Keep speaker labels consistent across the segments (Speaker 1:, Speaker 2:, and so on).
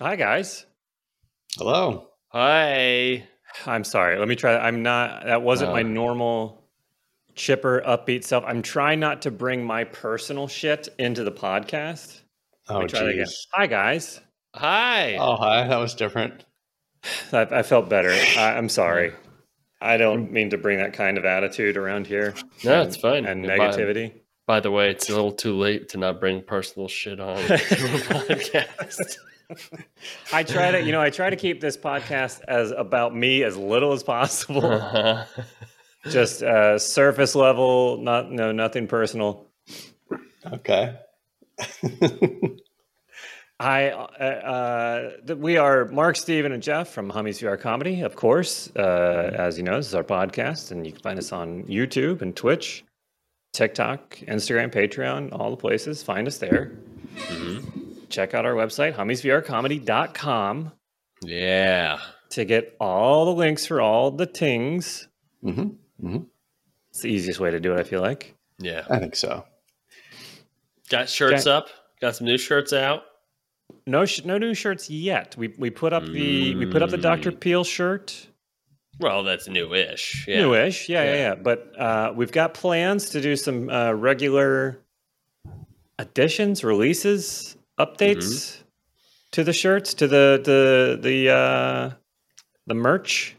Speaker 1: Hi, guys.
Speaker 2: Hello.
Speaker 1: Hi. I'm sorry. Let me try. I'm not. That wasn't my
Speaker 2: Oh.
Speaker 1: normal chipper, upbeat self. I'm trying not to bring my personal shit into the podcast. Let
Speaker 2: Oh,
Speaker 1: me try that again.
Speaker 2: jeez.
Speaker 1: Hi, guys. Hi.
Speaker 2: Oh, hi. That was different.
Speaker 1: I, I felt better. I, I'm sorry. I
Speaker 2: Mm.
Speaker 1: don't mean to bring that kind of attitude around here
Speaker 3: No, it's fine.
Speaker 1: and
Speaker 3: By-
Speaker 1: negativity.
Speaker 3: By, the way, it's a little too late to not bring personal shit on to a podcast.
Speaker 1: I try to, you know, I try to keep this podcast as about me as little as possible.
Speaker 3: Uh-huh.
Speaker 1: Just uh, surface level, not no nothing personal.
Speaker 2: Okay.
Speaker 1: I uh, uh, th- we are Mark, Steven, and Jeff from Hummies VR Comedy, of course. Uh, as you know, this is our podcast, and you can find us on YouTube and Twitch, TikTok, Instagram, Patreon, all the places. Find us there. Check out our website, hummiesvrcomedy.com,
Speaker 3: yeah.
Speaker 1: to get all the links for all the things.
Speaker 2: hmm
Speaker 1: It's the easiest way to do it, I feel like.
Speaker 3: Yeah.
Speaker 2: I think so.
Speaker 3: Got shirts
Speaker 1: Jack-
Speaker 3: up. Got some new shirts out.
Speaker 1: No, sh- no new shirts yet. We we put up the we put up the Dr. Peel shirt.
Speaker 3: Well, that's newish. Yeah.
Speaker 1: newish. Yeah, yeah, yeah.
Speaker 3: Yeah.
Speaker 1: But uh, we've got plans to do some uh, regular additions, releases, updates
Speaker 3: Mm-hmm.
Speaker 1: to the shirts, to the the the uh, the merch.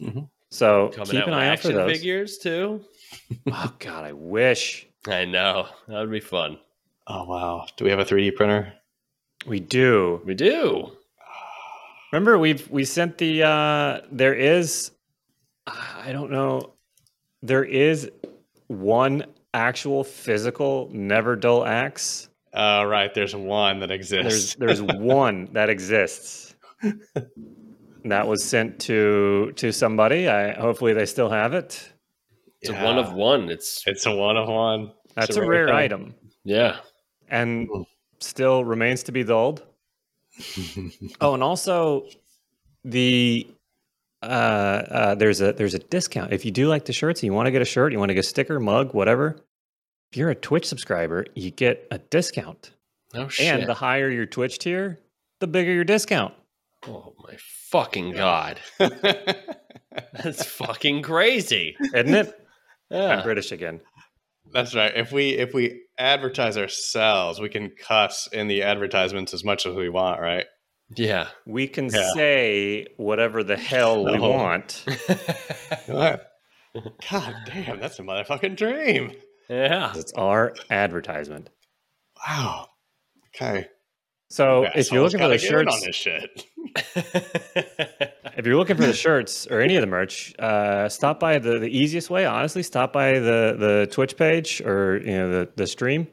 Speaker 2: Mhm.
Speaker 1: So
Speaker 3: Mm-hmm. Coming
Speaker 1: keep
Speaker 3: out
Speaker 1: an
Speaker 3: with
Speaker 1: eye out for
Speaker 3: action
Speaker 1: those.
Speaker 3: figures too.
Speaker 1: Oh God, I wish
Speaker 3: I know that would be fun.
Speaker 2: Oh, wow. Do we have a 3D printer?
Speaker 1: we do.
Speaker 3: We do.
Speaker 1: Remember, we've we sent the uh, there is I don't know there is one actual physical never dull axe
Speaker 2: Oh, right. There's one that
Speaker 1: There's
Speaker 2: exists.
Speaker 1: there's one that exists. And That was sent to to somebody. I hopefully they still have it.
Speaker 3: It's
Speaker 2: Yeah.
Speaker 3: a one of one. It's
Speaker 2: It's a one of one.
Speaker 1: That's
Speaker 2: It's
Speaker 1: a, rare
Speaker 2: thing.
Speaker 1: item
Speaker 3: yeah.
Speaker 1: and still remains to be dulled. oh, and also the uh, uh, there's a there's a discount if you do like the shirts and you want to get a shirt, you want to get a sticker, mug, whatever. If you're a Twitch subscriber, you get a discount.
Speaker 3: No shit.
Speaker 1: And the higher your Twitch tier, the bigger your discount.
Speaker 3: oh my fucking god. That's fucking crazy.
Speaker 1: Isn't it? I'm
Speaker 3: Yeah.
Speaker 1: British again.
Speaker 2: That's right. If we if we advertise ourselves, we can cuss in the advertisements as much as we want, right?
Speaker 3: Yeah.
Speaker 1: We can
Speaker 2: Yeah.
Speaker 1: say whatever the hell we
Speaker 2: No.
Speaker 1: want.
Speaker 2: God damn, that's a motherfucking dream.
Speaker 3: yeah.
Speaker 1: It's our advertisement.
Speaker 2: Wow. Okay.
Speaker 1: So
Speaker 2: Yeah,
Speaker 1: if you're
Speaker 2: someone's
Speaker 1: looking for the
Speaker 2: gotta get in
Speaker 1: shirts,
Speaker 2: on this shit.
Speaker 1: if you're looking for the shirts or any of the merch, uh, stop by the, the easiest way. Honestly, stop by the the Twitch page or you know the the stream,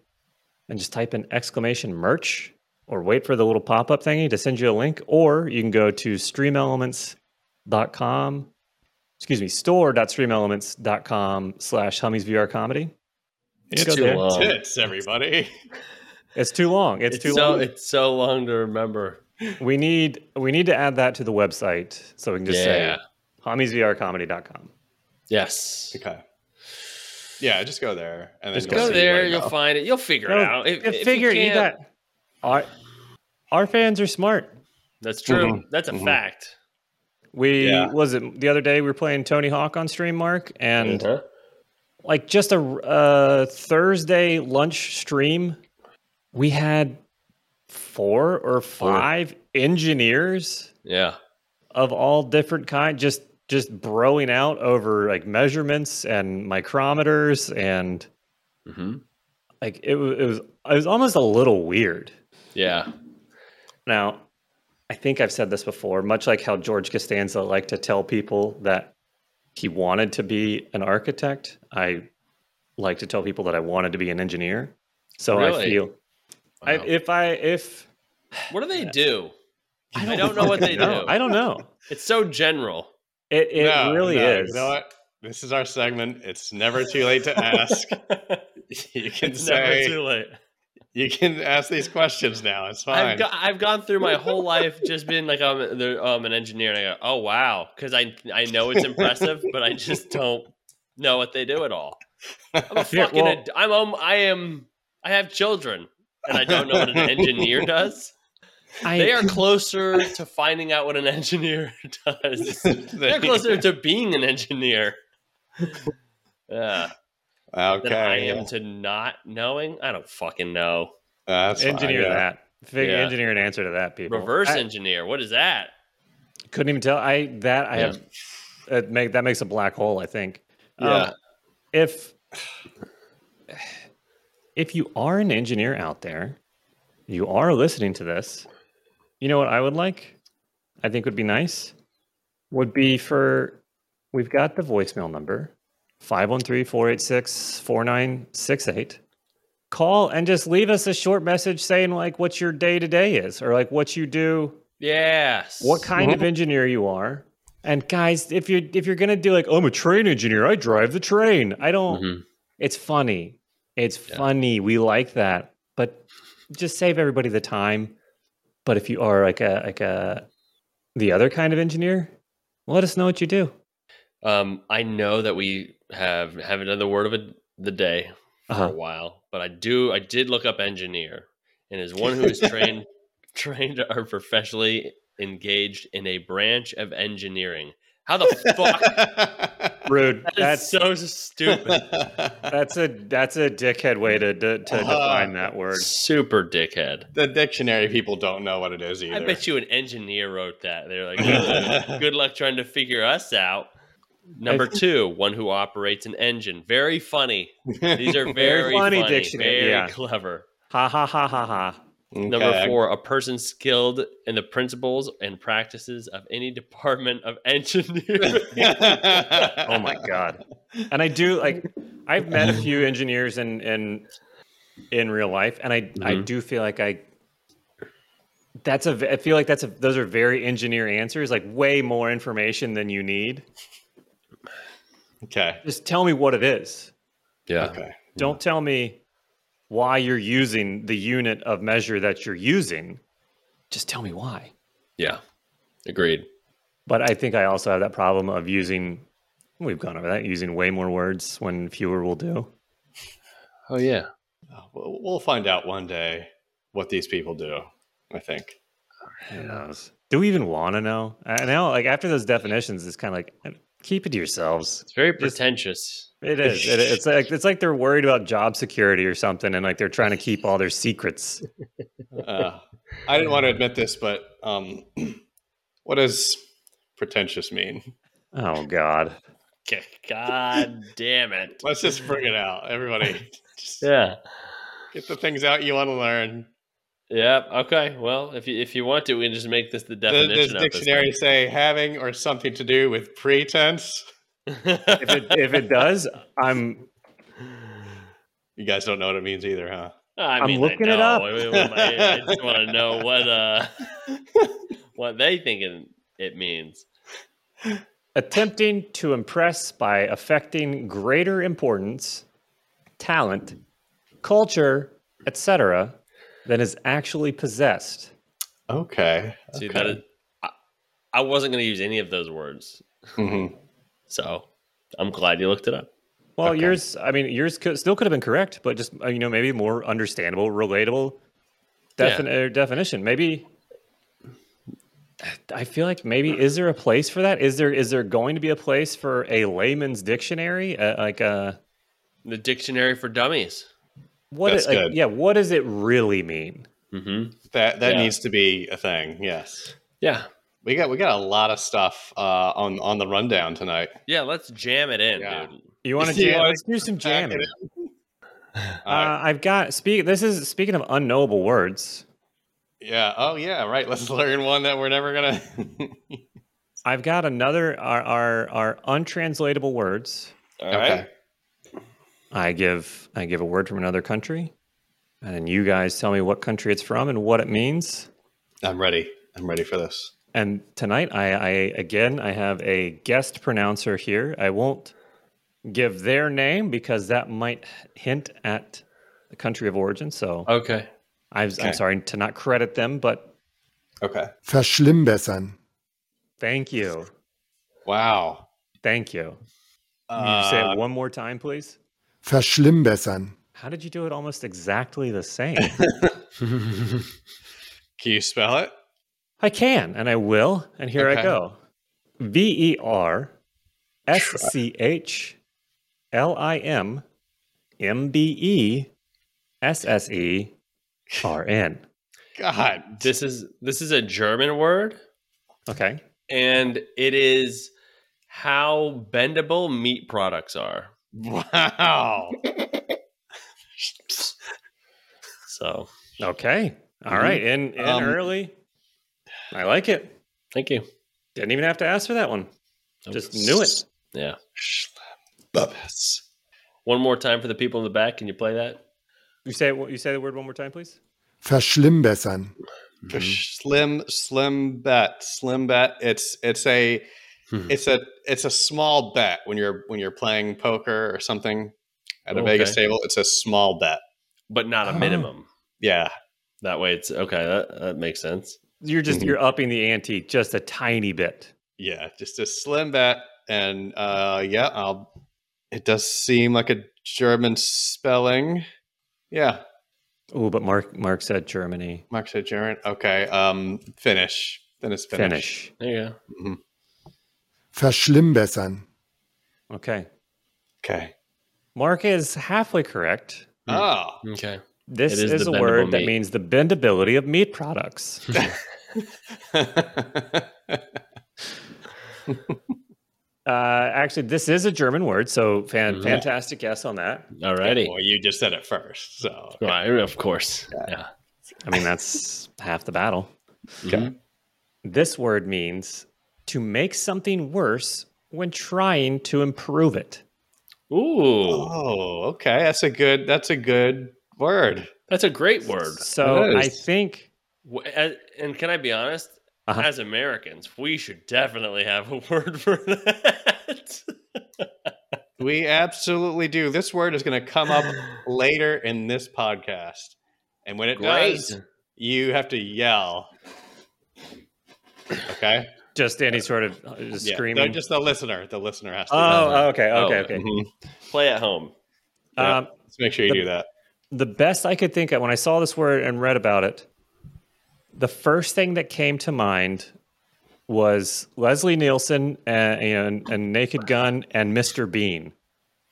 Speaker 1: and just type in exclamation merch or wait for the little pop up thingy to send you a link, or you can go to streamelements.com. Excuse me, store.streamelements.com slash hummies VR comedy.
Speaker 2: It's
Speaker 1: Go
Speaker 3: too
Speaker 1: there.
Speaker 3: long.
Speaker 2: Tits, everybody.
Speaker 1: It's too long. It's,
Speaker 3: It's
Speaker 1: too
Speaker 3: so
Speaker 1: long.
Speaker 3: it's so long to remember.
Speaker 1: We need we need to add that to the website so we can just say
Speaker 3: Yeah.
Speaker 1: hommiesvrcomedy.com.
Speaker 3: Yes.
Speaker 2: Okay. Yeah, just go there and then
Speaker 1: Just
Speaker 2: you'll
Speaker 3: Go
Speaker 2: see where
Speaker 3: there,
Speaker 2: to
Speaker 3: you'll
Speaker 2: go.
Speaker 3: find it. You'll figure
Speaker 1: No,
Speaker 3: it out. If,
Speaker 1: yeah,
Speaker 3: if you
Speaker 1: figure it, you
Speaker 3: can't-
Speaker 1: got our our fans are smart.
Speaker 3: That's true.
Speaker 2: Mhm.
Speaker 3: That's a
Speaker 2: Mhm.
Speaker 3: fact.
Speaker 1: We
Speaker 2: Yeah.
Speaker 1: was it the other day we were playing Tony Hawk on stream, Mark, and
Speaker 3: Uh-huh.
Speaker 1: like just a uh, Thursday lunch stream, we had four or five engineers
Speaker 3: Yeah.
Speaker 1: of all different kind just just broing out over like measurements and micrometers and
Speaker 3: Mhm.
Speaker 1: like it, wa- it was it was almost a little weird
Speaker 3: Yeah.
Speaker 1: now i think i've said this before much like how george costanza liked to tell people that he wanted to be an architect i like to tell people that i wanted to be an engineer so i
Speaker 3: Really?
Speaker 1: feel I,
Speaker 3: Wow.
Speaker 1: if i if
Speaker 3: What do they do? I don't know what they do.
Speaker 1: no, i don't know
Speaker 3: It's so general.
Speaker 1: it, it
Speaker 2: No,
Speaker 1: really
Speaker 2: no,
Speaker 1: is
Speaker 2: You know what? This is our segment. It's never too late to ask. you can
Speaker 3: It's
Speaker 2: say
Speaker 3: never too late.
Speaker 2: you can ask these questions now. It's fine.
Speaker 3: I've, go- I've gone through my whole life just being like I'm, there, oh, I'm an engineer and I go oh wow because I I know it's impressive but I just don't know what they do at all. I'm a
Speaker 1: Yeah,
Speaker 3: fucking
Speaker 1: well-
Speaker 3: ad- I'm um, I am I have children and I don't know what an engineer does.
Speaker 1: I,
Speaker 3: They are closer to finding out what an engineer does. They're closer to being an engineer. Yeah.
Speaker 2: Okay.
Speaker 3: than I
Speaker 2: yeah.
Speaker 3: am to not knowing. I don't fucking know.
Speaker 2: That's fine,
Speaker 1: engineer
Speaker 2: yeah.
Speaker 1: that. Figure
Speaker 3: Yeah.
Speaker 1: engineer an answer to that, people.
Speaker 3: Reverse
Speaker 1: I
Speaker 3: engineer. What is that?
Speaker 1: couldn't even tell. I that I
Speaker 3: Yeah.
Speaker 1: have. It make that makes a black hole. I think. Um,
Speaker 2: Yeah.
Speaker 1: if if you are an engineer out there, you are listening to this. You know what I would like? I think would be nice. Would be for we've got the voicemail number 513-486-4968. Call and just leave us a short message saying like what your day to day is or like what you do
Speaker 3: Yes.
Speaker 1: what kind of engineer you are. And guys, if you're if you're gonna do like, I'm a train engineer, I drive the train. I don't.
Speaker 3: Mhm.
Speaker 1: It's funny. It's
Speaker 3: Yeah.
Speaker 1: funny. We like that. But just save everybody the time. But if you are like a like a the other kind of engineer, let us know what you do.
Speaker 3: Um, I know that we have haven't done the word of a, the day for
Speaker 1: Uh-huh.
Speaker 3: a while, but I do. I did look up engineer, and is one who is trained, trained or professionally engaged in a branch of engineering. How the fuck?
Speaker 1: Rude. That's
Speaker 3: That's so stupid.
Speaker 1: that's a that's a dickhead way to to, to
Speaker 2: Uh-huh.
Speaker 1: define that word.
Speaker 3: Super dickhead.
Speaker 2: the dictionary people don't know what it is either.
Speaker 3: I bet you an engineer wrote that. They're like, "Ugh, good luck trying to figure us out. Number two, one who operates an engine. Very funny. These are very funny,
Speaker 1: funny dictionary,
Speaker 3: very
Speaker 1: yeah.
Speaker 3: clever.
Speaker 1: Ha ha ha ha ha.
Speaker 3: Number four, a person skilled in the principles and practices of any department of engineering.
Speaker 1: oh my god and i do like i've met a few engineers in in in real life and i i
Speaker 3: Mhm.
Speaker 1: do feel like i that's a ve- i feel like that's a those are very engineer answers like way more information than you need
Speaker 2: Okay.
Speaker 1: just tell me what it is
Speaker 3: Yeah.
Speaker 2: Okay.
Speaker 1: don't tell me why you're using the unit of measure that you're using just tell me why
Speaker 3: Yeah. Agreed.
Speaker 1: but i think i also have that problem of using we've gone over that using way more words when fewer will do
Speaker 3: Oh, yeah.
Speaker 2: We'll- We'll find out one day what these people do. I think.
Speaker 1: Who knows? Do we even want to know? I know, like after those definitions, it's kind of like keep it to yourselves.
Speaker 3: It's very
Speaker 1: Just-
Speaker 3: pretentious.
Speaker 1: It is. It, it's like it's like they're worried about job security or something, and like they're trying to keep all their secrets.
Speaker 2: Uh, I didn't want to admit this, but um, what does pretentious mean?
Speaker 1: Oh God,
Speaker 3: G- God damn it.
Speaker 2: Let's just bring it out, everybody. Just
Speaker 3: Yeah.
Speaker 2: get the things out you want to learn.
Speaker 3: Yeah. Okay. Well, if you if you want to, we can just make this the
Speaker 2: Does, does
Speaker 3: definition of
Speaker 2: dictionary say having or something to do with pretense?
Speaker 3: this.
Speaker 1: if it if it does, I'm
Speaker 2: You guys don't know what it means either, huh?
Speaker 3: I
Speaker 1: I'm
Speaker 3: mean,
Speaker 1: looking
Speaker 3: I
Speaker 1: it up.
Speaker 3: know. I, I just want to know what uh what they think it, it means.
Speaker 1: attempting to impress by affecting greater importance, talent, culture, etc., than is actually possessed.
Speaker 2: Okay.
Speaker 3: See, that is, I, I wasn't going to use any of those words,
Speaker 2: Mhm.
Speaker 3: so I'm glad you looked it up.
Speaker 1: Well,
Speaker 2: Okay.
Speaker 1: yours, I mean, yours could, still could have been correct, but just, uh, you know, maybe more understandable, relatable defin- uh, definition. Maybe I feel like maybe is there a place for that? Is there is there going to be a place for a layman's dictionary? Uh, like uh
Speaker 3: The dictionary for dummies.
Speaker 1: what
Speaker 2: That's
Speaker 1: it- like,
Speaker 2: good.
Speaker 1: yeah, what does it really mean?
Speaker 3: Mm-hmm.
Speaker 2: That that
Speaker 3: Yeah.
Speaker 2: needs to be a thing. Yes.
Speaker 3: Yeah.
Speaker 2: We got we got a lot of stuff uh, on on the rundown tonight.
Speaker 3: Yeah. Let's jam it in,
Speaker 2: Yeah.
Speaker 3: dude.
Speaker 1: You want to
Speaker 2: You
Speaker 1: jam?
Speaker 2: wanna
Speaker 1: Let's do some jamming.
Speaker 2: All right.
Speaker 1: Uh, I've got speak this is speaking of unknowable words.
Speaker 2: yeah. Oh yeah. Right. Let's learn one that we're never gonna.
Speaker 1: I've got another our our, our untranslatable words.
Speaker 3: All right.
Speaker 1: I give I give a word from another country, and then you guys tell me what country it's from and what it means.
Speaker 2: I'm ready. I'm ready for this.
Speaker 1: And tonight, I, I again I have a guest pronouncer here. I won't give their name because that might hint at the country of origin. So
Speaker 3: Okay.
Speaker 1: i
Speaker 2: okay.
Speaker 1: I'm sorry to not credit them, but
Speaker 2: Okay.
Speaker 4: Verschlimmbessern.
Speaker 1: thank you,
Speaker 2: Wow.
Speaker 1: thank you. Can you say
Speaker 2: Uh,
Speaker 1: it one more time, please?
Speaker 4: Verschlimmbessern.
Speaker 1: How did you do it almost exactly the same?
Speaker 2: Can you spell it?
Speaker 1: I can and I will. And here I
Speaker 2: Okay.
Speaker 1: go V E R S C H L I M M B E S S E R N.
Speaker 2: God.
Speaker 3: this is this is a German word,
Speaker 1: Okay.
Speaker 3: and it is how bendable meat products are.
Speaker 1: Oh.
Speaker 2: Wow.
Speaker 3: So
Speaker 1: Okay. All
Speaker 2: Mhm.
Speaker 1: right. In, in
Speaker 2: Um,
Speaker 1: early. I like it.
Speaker 3: thank you.
Speaker 1: Didn't even have to ask for that one.
Speaker 3: Nope.
Speaker 1: Just knew it.
Speaker 3: Yeah.
Speaker 2: Schlemmbabbes.
Speaker 3: One more time for the people in the back. Can you play that?
Speaker 1: You say it- you say the word one more time, please.
Speaker 4: Verschlimmbessern.
Speaker 3: Mm-hmm.
Speaker 2: For Slim, slim bet, slim bet. It's it's a
Speaker 3: Hmm.
Speaker 2: it's a it's a small bet when you're when you're playing poker or something at a Vegas
Speaker 3: Okay.
Speaker 2: table. It's a small bet.
Speaker 3: But not a
Speaker 1: Oh.
Speaker 3: minimum.
Speaker 2: Yeah,
Speaker 3: That way, it's okay. That, that makes sense.
Speaker 1: You're just
Speaker 2: Mhm.
Speaker 1: you're upping the ante just a tiny bit.
Speaker 2: yeah, just a slim bet. And uh, yeah, I'll. It does seem like a German spelling. Yeah,
Speaker 1: Oh, but Mark Mark said Germany.
Speaker 2: Mark said German. Okay, um, Finnish. Then it's Finnish.
Speaker 1: Finish.
Speaker 3: There you go.
Speaker 4: Verschlimmbessern.
Speaker 1: Okay.
Speaker 2: Okay.
Speaker 1: Mark is halfway correct.
Speaker 3: Hmm.
Speaker 2: Oh,
Speaker 3: Okay.
Speaker 1: This
Speaker 3: It is
Speaker 1: is,
Speaker 3: the
Speaker 1: a
Speaker 3: bendable
Speaker 1: word that
Speaker 3: meat.
Speaker 1: means the bendability of meat products. uh, actually, this is a German word, so fan-
Speaker 3: Mhm.
Speaker 1: fantastic guess on that.
Speaker 3: Alrighty.
Speaker 2: Well, you just said it first, so okay.
Speaker 3: Right, of course. Yeah.
Speaker 1: I mean, that's half the battle.
Speaker 2: Okay.
Speaker 3: Mhm.
Speaker 1: This word means to make something worse when trying to improve it.
Speaker 3: Ooh,
Speaker 2: Oh, okay. That's a good. That's a good word.
Speaker 3: that's a great word.
Speaker 1: So
Speaker 2: It
Speaker 1: I
Speaker 2: is.
Speaker 1: think
Speaker 3: W- a- And can I be honest?
Speaker 1: Uh-huh.
Speaker 3: As Americans, we should definitely have a word for that.
Speaker 2: We absolutely do. This word is going to come up later in this podcast, and when it does, you have to yell. Okay.
Speaker 1: just any sort of uh, just
Speaker 2: Yeah.
Speaker 1: screaming.
Speaker 2: No, just the listener. The listener has to.
Speaker 1: oh,
Speaker 2: yell.
Speaker 1: okay,
Speaker 3: Oh,
Speaker 1: okay, Um, okay.
Speaker 2: Mhm.
Speaker 3: Play at home.
Speaker 2: yeah.
Speaker 1: Um,
Speaker 2: Let's make sure you do that.
Speaker 1: the best I could think of when I saw this word and read about it, the first thing that came to mind was Leslie Nielsen and, and, and Naked Gun and Mr. Bean.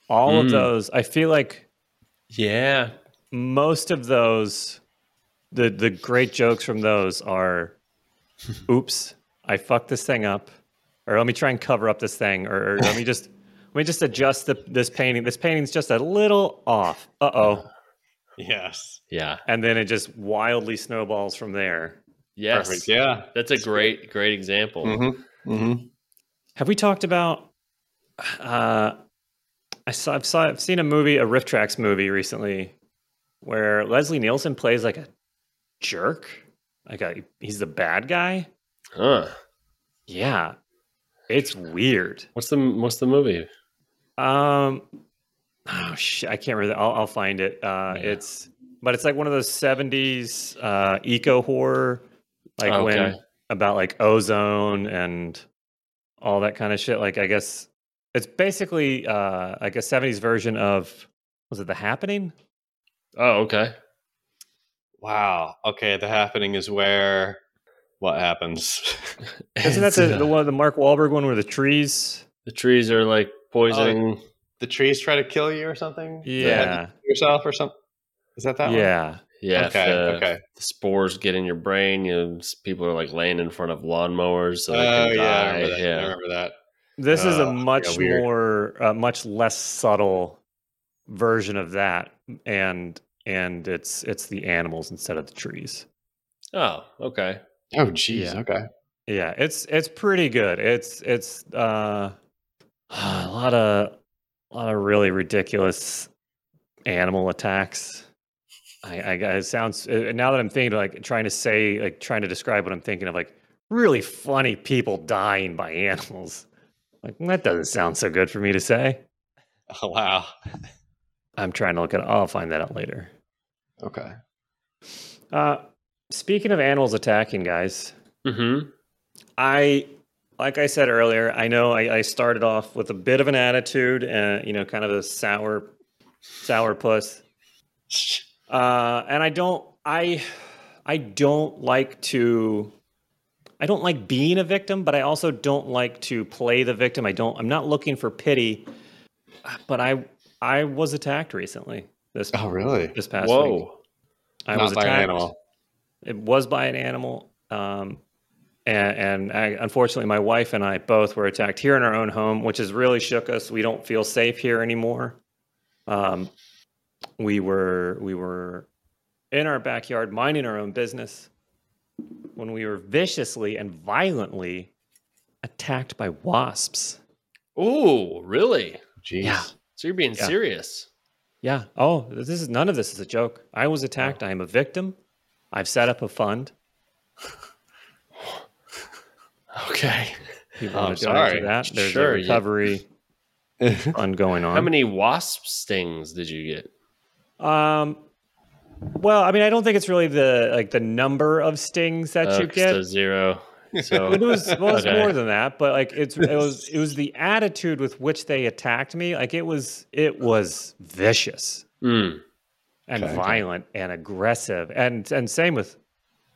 Speaker 1: All of
Speaker 3: Mm.
Speaker 1: those, I feel like
Speaker 3: Yeah.
Speaker 1: most of those, the the great jokes from those are, "Oops, I fucked this thing up," or "Let me try and cover up this thing," or, or "Let me just let me just adjust the, this painting. This painting's just a little off." Uh oh
Speaker 2: Yes.
Speaker 3: Yeah.
Speaker 1: and then it just wildly snowballs from there.
Speaker 3: Yes.
Speaker 2: Perfect. Yeah.
Speaker 3: That's a great, great example.
Speaker 2: Mm-hmm. Mm-hmm.
Speaker 1: Have we talked about? Uh, I saw, I've, saw, I've seen a movie, a Rift Tracks movie recently, where Leslie Nielsen plays like a jerk, like a, he's the bad guy.
Speaker 3: Huh.
Speaker 1: Yeah, it's weird.
Speaker 3: What's the What's the movie?
Speaker 1: Um, oh shit, I can't remember. I'll, I'll find it. Uh,
Speaker 3: Yeah.
Speaker 1: it's but it's like one of those '70s uh, eco horror, like when
Speaker 3: Okay.
Speaker 1: about like ozone and all that kind of shit. Like I guess it's basically uh, like a '70s version of was it The Happening?
Speaker 3: Oh, okay.
Speaker 2: Wow. Okay. The happening is where what happens.
Speaker 1: Isn't that
Speaker 3: It's,
Speaker 1: the,
Speaker 3: uh,
Speaker 1: the one, the Mark Wahlberg one, where the trees?
Speaker 3: the trees are like poisoning?
Speaker 2: the trees try to kill you or something? The head-
Speaker 1: Yeah,
Speaker 2: yourself or something? Is that that one?
Speaker 1: yeah. uh,
Speaker 3: yeah. if
Speaker 2: Okay.
Speaker 3: the,
Speaker 2: okay.
Speaker 3: uh, the spores get in your brain. You know, s- people are like laying in front of lawnmowers so they
Speaker 2: oh
Speaker 3: can
Speaker 2: yeah, I
Speaker 3: die.
Speaker 2: remember, that. I
Speaker 3: yeah.
Speaker 2: remember that.
Speaker 1: This is
Speaker 2: Oh,
Speaker 1: a
Speaker 2: yeah,
Speaker 1: much
Speaker 2: weird.
Speaker 1: more, uh, much less subtle version of that, and and it's it's the animals instead of the trees.
Speaker 3: Oh, okay.
Speaker 2: Oh geez.
Speaker 1: Yeah.
Speaker 2: Okay.
Speaker 1: Yeah, it's it's pretty good. It's it's uh, a lot of a lot of really ridiculous animal attacks. I, I it sounds uh, now that I'm thinking like trying to say like trying to describe what I'm thinking of like really funny people dying by animals. Like that doesn't sound so good for me to say.
Speaker 2: Oh, wow.
Speaker 1: I'm trying to look at. It. I'll find that out later.
Speaker 2: Okay.
Speaker 1: Uh, speaking of animals attacking, guys,
Speaker 3: Mm-hmm.
Speaker 1: I like I said earlier. I know I, I started off with a bit of an attitude, uh, you know, kind of a sour, sour puss. Uh, and I don't I I don't like to I don't like being a victim, but I also don't like to play the victim. I don't I'm not looking for pity, but I I was attacked recently this
Speaker 2: Oh, really?
Speaker 1: this past week.
Speaker 3: Whoa.
Speaker 1: I
Speaker 2: Not
Speaker 1: was
Speaker 2: by
Speaker 1: attacked.
Speaker 2: an animal.
Speaker 1: It was by an animal. Um and, and I, unfortunately, my wife and I both were attacked here in our own home, which has really shook us. We don't feel safe here anymore. Um, we were we were in our backyard minding our own business when we were viciously and violently attacked by wasps.
Speaker 3: Ooh, really?
Speaker 2: Jeez.
Speaker 1: Yeah.
Speaker 3: So you're being
Speaker 1: Yeah.
Speaker 3: serious.
Speaker 1: Yeah. Oh, this is none of this is a joke. I was attacked. I am a victim. I've set up a fund.
Speaker 3: Okay.
Speaker 1: People
Speaker 2: Oh,
Speaker 1: want
Speaker 2: I'm
Speaker 1: to donate
Speaker 2: sorry.
Speaker 1: to that. There's
Speaker 3: Um, Sure,
Speaker 1: a
Speaker 3: you-
Speaker 1: recovery fund going on.
Speaker 3: How many wasp stings did you get?
Speaker 1: Um, well, I mean, I don't think it's really the like the number of stings that
Speaker 3: Uh,
Speaker 1: you get.
Speaker 3: so zero.
Speaker 1: It
Speaker 3: So
Speaker 1: was well, it's
Speaker 3: Okay.
Speaker 1: more than that, but like it's it was it was the attitude with which they attacked me. Like it was it was vicious
Speaker 3: mm,
Speaker 1: and
Speaker 2: Okay.
Speaker 1: violent and aggressive, and and same with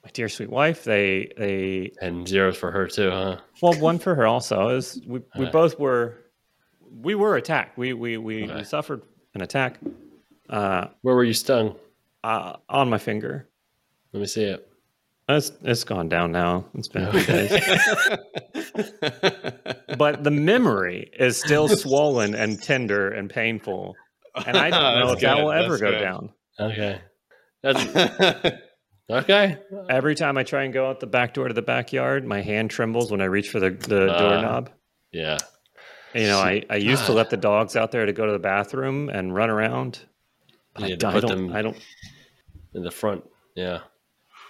Speaker 1: my dear sweet wife. They they
Speaker 3: and zeros for her too, huh?
Speaker 1: well one for her also is we we
Speaker 3: Okay.
Speaker 1: both were we were attacked. We we we,
Speaker 3: Okay.
Speaker 1: we suffered an attack uh,
Speaker 3: Where were you stung?
Speaker 1: uh, on my finger.
Speaker 3: Let me see it.
Speaker 1: It's it's gone down now. It's been a few days. But the memory is still swollen and tender and painful. And I don't know if
Speaker 2: That's
Speaker 1: that
Speaker 2: good,
Speaker 1: will ever
Speaker 2: that's
Speaker 1: go
Speaker 2: good.
Speaker 1: down.
Speaker 3: Okay. That's okay.
Speaker 1: Every time I try and go out the back door to the backyard, my hand trembles when I reach for the, the
Speaker 3: Ah.
Speaker 1: doorknob.
Speaker 3: Yeah.
Speaker 1: You know, I, I used to let the dogs out there to go to the bathroom and run around. But
Speaker 3: You
Speaker 1: I,
Speaker 3: had to
Speaker 1: don't, I,
Speaker 3: put
Speaker 1: don't,
Speaker 3: them-
Speaker 1: I don't
Speaker 3: In the front. Yeah.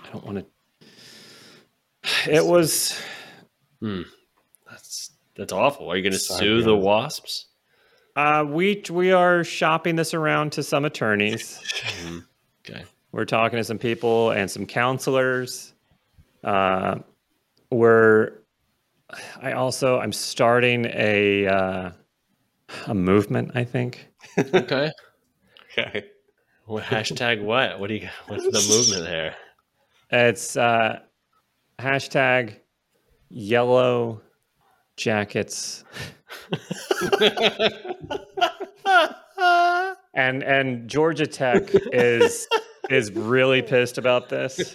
Speaker 1: I don't want to it was
Speaker 3: That's that's awful. Are you gonna
Speaker 2: Sorry,
Speaker 3: sue
Speaker 2: yeah.
Speaker 3: the wasps?
Speaker 1: uh, we we are shopping this around to some attorneys.
Speaker 3: Okay.
Speaker 1: We're talking to some people and some counselors. Uh, we're. I also I'm starting a uh, a movement. I think
Speaker 3: Okay.
Speaker 2: okay.
Speaker 3: What hashtag what? What do you what's the movement there?
Speaker 1: it's uh, hashtag Yellow Jackets. and and Georgia Tech is is really pissed about this.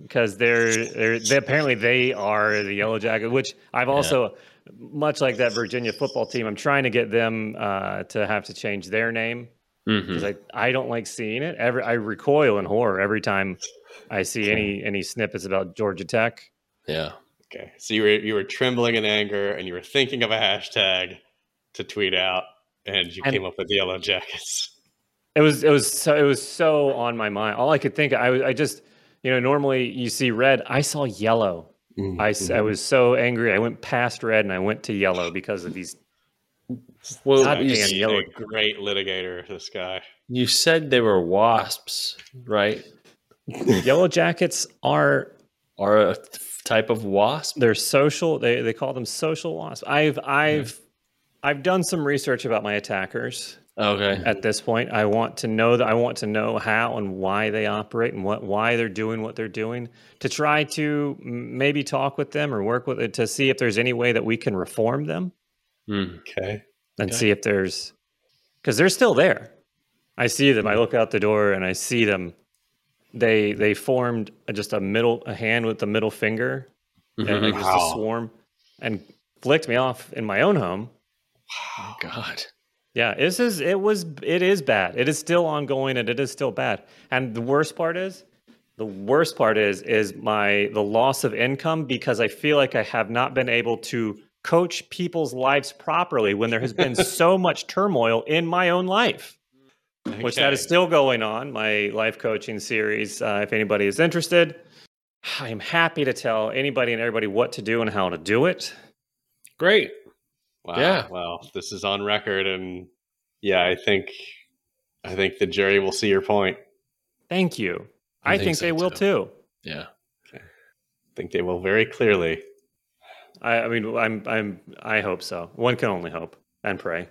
Speaker 1: because they're, they're they, apparently they are the Yellow Jacket, which I've also much like that Virginia football team. I'm trying to get them uh, to have to change their name
Speaker 3: Mhm.
Speaker 1: because I I don't like seeing it. Every I recoil in horror every time I see any any snippets about Georgia Tech.
Speaker 3: Yeah.
Speaker 2: Okay. So you were you were trembling in anger and you were thinking of a hashtag to tweet out and you
Speaker 1: And-
Speaker 2: came up with yellow jackets.
Speaker 1: It was it was so it was so on my mind. All I could think I was- I just you know normally you see red. I saw yellow. I,
Speaker 2: Mm-hmm.
Speaker 1: s- I was so angry. I went past red and I went to yellow because of these.
Speaker 3: Well,
Speaker 1: Goddamn
Speaker 3: you,
Speaker 1: Goddamn
Speaker 3: s-
Speaker 1: yellow.
Speaker 2: a great litigator, this guy.
Speaker 3: you said they were wasps, right?
Speaker 1: Yellow jackets are
Speaker 3: Or a f- type of wasp?
Speaker 1: they're social they, they call them social wasps i've i've i've done some research about my attackers
Speaker 3: Okay.
Speaker 1: at this point i want to know that i want to know how and why they operate and what why they're doing what they're doing to try to m- maybe talk with them or work with it to see if there's any way that we can reform them
Speaker 3: Mm.
Speaker 2: Okay.
Speaker 1: and
Speaker 3: Okay.
Speaker 1: see if there's because they're still there i see them i look out the door and i see them they they formed just a middle a hand with the middle finger and like just
Speaker 2: Wow.
Speaker 1: a swarm and flicked me off in my own home.
Speaker 3: Oh, God.
Speaker 1: Yeah, this is it was it is bad. It is still ongoing and it is still bad. And the worst part is the worst part is is my the loss of income because I feel like I have not been able to coach people's lives properly when there has been so much turmoil in my own life which that is
Speaker 2: Okay.
Speaker 1: still going on my life coaching series uh, if anybody is interested i am happy to tell anybody and everybody what to do and how to do it
Speaker 3: Great.
Speaker 2: Wow.
Speaker 3: Yeah.
Speaker 2: Well, this is on record, and yeah, I think I think the jury will see your point. I
Speaker 1: thank you
Speaker 3: I
Speaker 1: i,
Speaker 3: think
Speaker 1: think,
Speaker 3: so,
Speaker 1: they will too,
Speaker 3: Yeah.
Speaker 2: think they will very clearly.
Speaker 1: I, I mean i'm i'm i hope so one can only hope and pray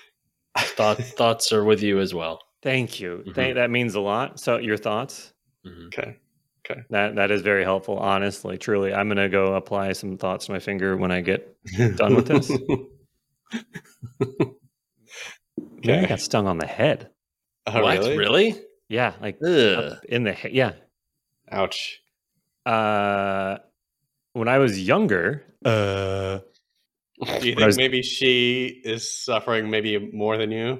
Speaker 3: Thought, thoughts are with you as well.
Speaker 1: Thank you. Thank, that means a lot. So your thoughts? Mm-hmm.
Speaker 3: Mhm.
Speaker 2: Okay.
Speaker 1: That that is very helpful. Honestly, truly, I'm gonna go apply some thoughts to my finger when I get Done with this? Man, I
Speaker 2: okay.
Speaker 1: got stung on the head.
Speaker 2: Oh,
Speaker 3: what?
Speaker 2: really?
Speaker 3: Really?
Speaker 1: Yeah, like
Speaker 3: Ugh.
Speaker 1: up in the head. Yeah.
Speaker 2: Ouch.
Speaker 1: Uh, when I was younger, uh,
Speaker 2: Do you
Speaker 1: When I
Speaker 2: think
Speaker 1: was-
Speaker 2: maybe she is suffering maybe more than you?